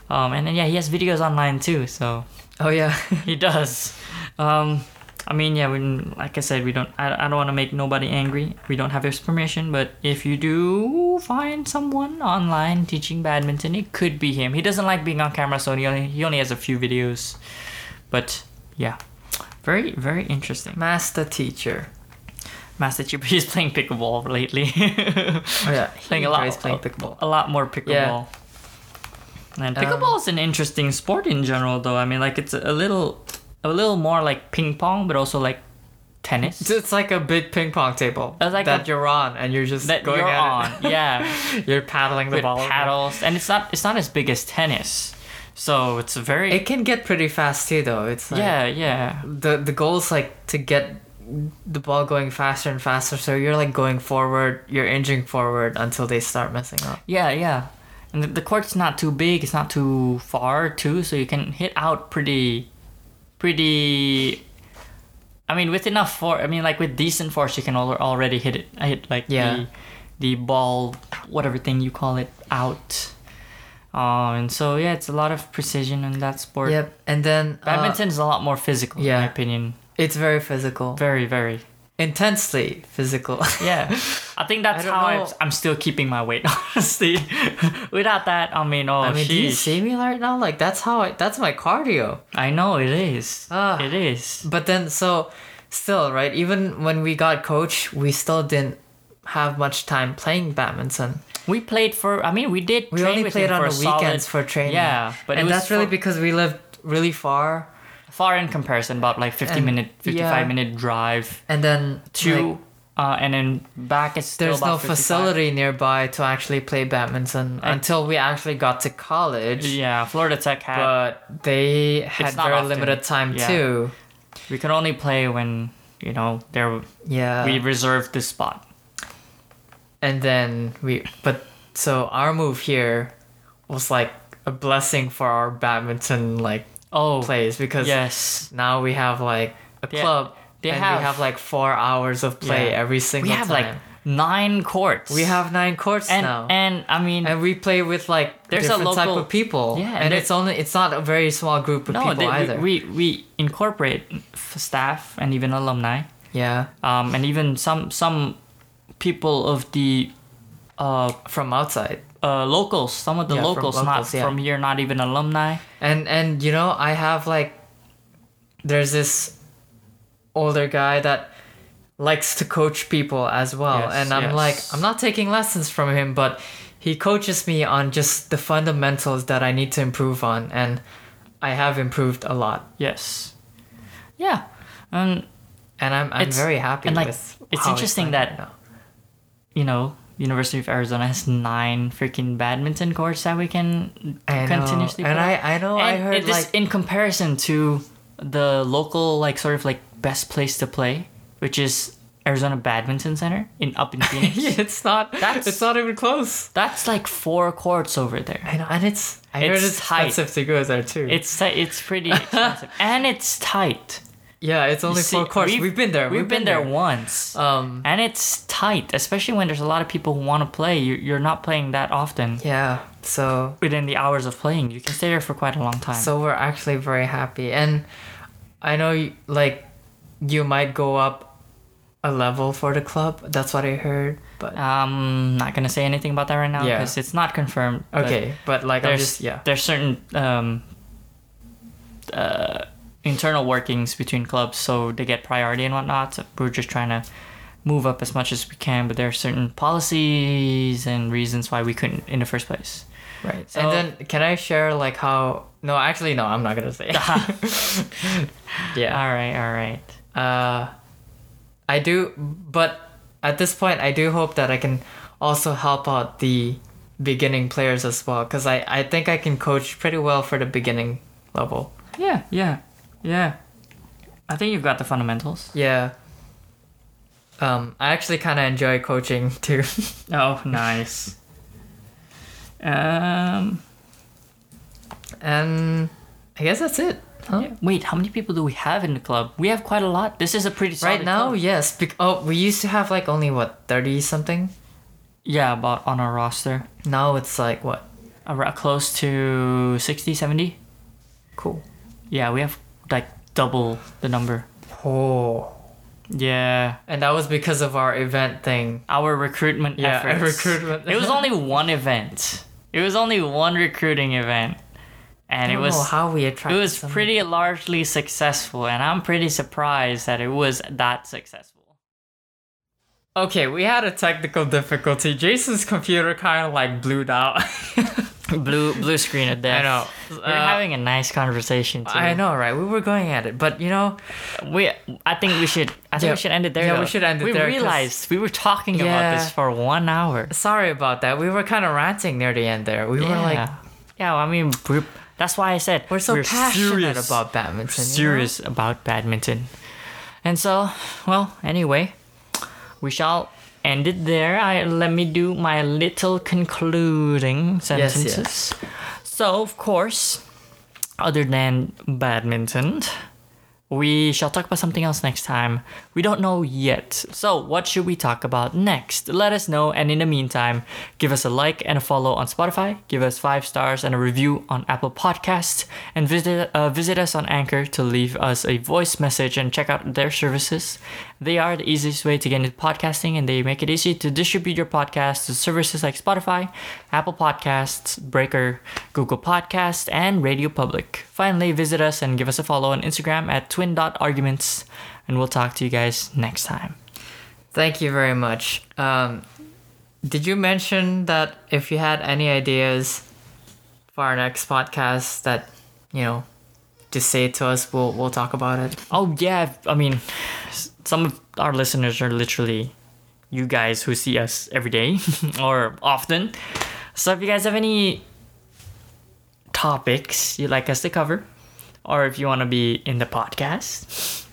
S2: Um, and then yeah, he has videos online too, so
S1: Oh yeah.
S2: he does. Um, I mean, yeah, we like I said, we don't. I, I don't want to make nobody angry. We don't have his permission, but if you do find someone online teaching badminton, it could be him. He doesn't like being on camera, so he only he only has a few videos. But yeah, very very interesting.
S1: Master teacher.
S2: Master Chiba, he's playing pickleball lately.
S1: Oh yeah.
S2: Playing
S1: he
S2: a lot-
S1: enjoys playing pickleball.
S2: a lot more pickleball. And
S1: Um,
S2: pickleball is an interesting sport in general, though. I mean, like it's a little, a little more like ping pong, but also like tennis.
S1: So it's like a big ping pong table
S2: It's like
S1: that
S2: a-
S1: you're on, and you're just
S2: that
S1: going
S2: you're on,
S1: at it.
S2: yeah,
S1: You're paddling the
S2: with
S1: ball. around.
S2: paddles, and it's not it's not as big as tennis, so it's a very
S1: It can get pretty fast too, though. It's like,
S2: yeah yeah
S1: the the goal is like to get the ball going faster and faster so you're like going forward you're inching forward until they start messing up
S2: yeah yeah, and the, the court's not too big, it's not too far too, so you can hit out pretty, pretty. I mean, with enough force, I mean, like with decent force, you can al- already hit it. I hit like
S1: Yeah.
S2: the, the ball, whatever thing you call it, out. Um, and so yeah, it's a lot of precision in that sport.
S1: yep and then uh,
S2: Badminton is a lot more physical, in
S1: yeah.
S2: my opinion.
S1: it's very physical
S2: Very, very.
S1: intensely physical
S2: Yeah. I think
S1: I
S2: that's
S1: don't
S2: how I'm,
S1: know.
S2: I'm still keeping my weight, honestly. Without that, I mean, oh,
S1: i mean do you
S2: sheesh.
S1: see me right now like that's how i that's my cardio
S2: I know it is.
S1: Ah.
S2: It is.
S1: but then so still right even when we got coach we still didn't have much time playing badminton
S2: We played for, I mean, we did
S1: we
S2: train
S1: only
S2: with
S1: played
S2: him
S1: on
S2: for
S1: the
S2: a solid-
S1: weekends for training
S2: Yeah. But
S1: and
S2: it was
S1: that's really
S2: for-
S1: because we lived really far
S2: far in comparison, about like 50
S1: And-
S2: minute, 55
S1: yeah.
S2: minute drive
S1: and then
S2: to,
S1: like,
S2: uh, and then back is still
S1: there's no
S2: about 55.
S1: facility nearby to actually play badminton
S2: I-
S1: until we actually got to college.
S2: Yeah, Florida Tech had.
S1: But they had
S2: not
S1: very
S2: often.
S1: limited time
S2: Yeah.
S1: too.
S2: we could only play when, you know, there
S1: Yeah.
S2: we reserved this spot.
S1: and then we but so our move here was like a blessing for our badminton like
S2: Oh,
S1: plays because
S2: yes.
S1: now we have like a
S2: They-
S1: club
S2: they
S1: and
S2: have-
S1: we have like 4 hours of play
S2: Yeah.
S1: every single
S2: we have
S1: time.
S2: like nine courts.
S1: we have 9 courts
S2: and
S1: now.
S2: and I mean
S1: and we play with like
S2: There's a
S1: different type
S2: local-
S1: of people.
S2: Yeah,
S1: and
S2: there-
S1: it's only it's not a very small group of
S2: no,
S1: people
S2: they,
S1: either.
S2: we, we we incorporate f- staff and even alumni,
S1: yeah,
S2: um, and even some some people of the uh,
S1: from outside.
S2: uh locals. Some of the
S1: Yeah, from
S2: locals,
S1: locals,
S2: not
S1: yeah.
S2: from here, not even alumni.
S1: And and you know, I have like there's this older guy that likes to coach people as well.
S2: Yes,
S1: and I'm like
S2: yes.
S1: I'm not taking lessons from him, but he coaches me on just the fundamentals that I need to improve on and I have improved a lot.
S2: Yes, yeah, um,
S1: And I'm I'm
S2: It's-
S1: very happy
S2: and, like,
S1: with
S2: it's
S1: how
S2: interesting
S1: playing
S2: that-
S1: right now.
S2: you know. University of Arizona has nine freaking badminton courts that we can
S1: I know.
S2: continuously.
S1: and
S2: play.
S1: I I know Oh, I
S2: And
S1: heard
S2: it
S1: like
S2: just in comparison to the local like sort of like best place to play, which is Arizona Badminton Center in up in Phoenix.
S1: it's not.
S2: That's-
S1: it's not even close.
S2: That's like four courts over there.
S1: I know, and it's. I
S2: It's
S1: heard it's
S2: tight.
S1: expensive to go there too.
S2: It's ti- it's pretty expensive and it's tight.
S1: yeah, it's only
S2: See,
S1: four courts. We've, been there.
S2: We've, been, there, once.
S1: Um.
S2: and it's tight, especially when there's a lot of people who want to play. You- You're not playing that often.
S1: Yeah. So.
S2: Within the hours of playing, you can stay there for quite a long time.
S1: So we're actually very happy, and I know y- like you might go up a level for the club. That's what I heard. But
S2: um, not gonna say anything about that right now
S1: Yeah.
S2: because it's not confirmed. but-
S1: okay, but, like I'm
S2: there's
S1: just yeah.
S2: there's certain um, uh, internal workings between clubs, so they get priority and whatnot. So we're just trying to move up as much as we can, but there are certain policies and reasons why we couldn't in the first place.
S1: Right.
S2: so-
S1: and then can I share like how? No, actually, no. I'm not gonna say. yeah.
S2: All right, all right.
S1: uh, I do, but at this point, I do hope that I can also help out the beginning players as well, because I, I think I can coach pretty well for the beginning level.
S2: Yeah, yeah, yeah. I think you've got the fundamentals.
S1: Yeah. Um, I actually kind of enjoy coaching too.
S2: Oh, nice. um,
S1: and I guess that's it. huh?
S2: yeah. wait, how many people do we have in the club? We have quite a lot. This is a pretty solid
S1: Right now,
S2: club.
S1: yes. Bec- oh, we used to have like only what thirty something.
S2: Yeah, about on our roster,
S1: Now it's like what?
S2: around close to 60, 70.
S1: Cool.
S2: Yeah, we have like double the number.
S1: Oh.
S2: Yeah,
S1: And that was because of our event thing.
S2: our recruitment
S1: Yeah,
S2: efforts.
S1: recruitment.
S2: it was only one event. It was only one recruiting event, and
S1: I
S2: it
S1: don't
S2: was
S1: know Oh, how we attracted.
S2: it was
S1: so many-
S2: pretty largely successful, and I'm pretty surprised that it was that successful.
S1: Okay, we had a technical difficulty. Jason's computer kind of like blewed out.
S2: Blue blue screen of death.
S1: I know.
S2: We're
S1: Uh,
S2: having a nice conversation too.
S1: I know, right? We were going at it, but you know,
S2: We, I think we should. I think
S1: Yeah.
S2: we should end it there.
S1: Yeah, we
S2: though.
S1: should end it
S2: we
S1: there, 'cause-
S2: realized we were talking
S1: Yeah.
S2: about this for one hour.
S1: sorry about that. We were kind of ranting near the end there. We were like,
S2: yeah. Yeah, I mean, we're, that's why I said
S1: we're so passionate
S2: serious,
S1: about badminton. you know?
S2: serious about badminton. And so, well, anyway, we shall end it there. I let me do my little concluding
S1: yes.
S2: sentences. So, of course, other than badminton, we shall talk about something else next time. We don't know yet. So, what should we talk about next? Let us know. And in the meantime, give us a like and a follow on Spotify. Give us five stars and a review on Apple Podcasts. And visit uh, visit us on Anchor to leave us a voice message and check out their services. They are the easiest way to get into podcasting, and they make it easy to distribute your podcast to services like Spotify, Apple Podcasts, Breaker, Google Podcasts, and Radio Public. Finally, visit us and give us a follow on Instagram at twin.arguments, and we'll talk to you guys next time.
S1: Thank you very much. Um, did you mention that if you had any ideas for our next podcast that you know, just say it to us. We'll we'll talk about it.
S2: Oh, yeah, I mean, s- some of our listeners are literally you guys who see us every day or often. So if you guys have any topics you'd like us to cover, or if you want to be in the podcast,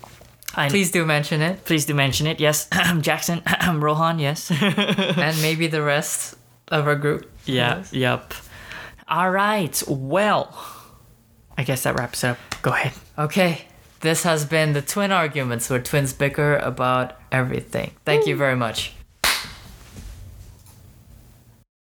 S2: I
S1: Please do mention it,
S2: please do mention it. Yes, Jackson, Rohan, yes.
S1: and maybe the rest of our group.
S2: yeah,
S1: Yes.
S2: yep. All right, well, I guess that wraps it up. Go ahead.
S1: Okay. This has been the twin arguments where twins bicker about everything. Thank you very much.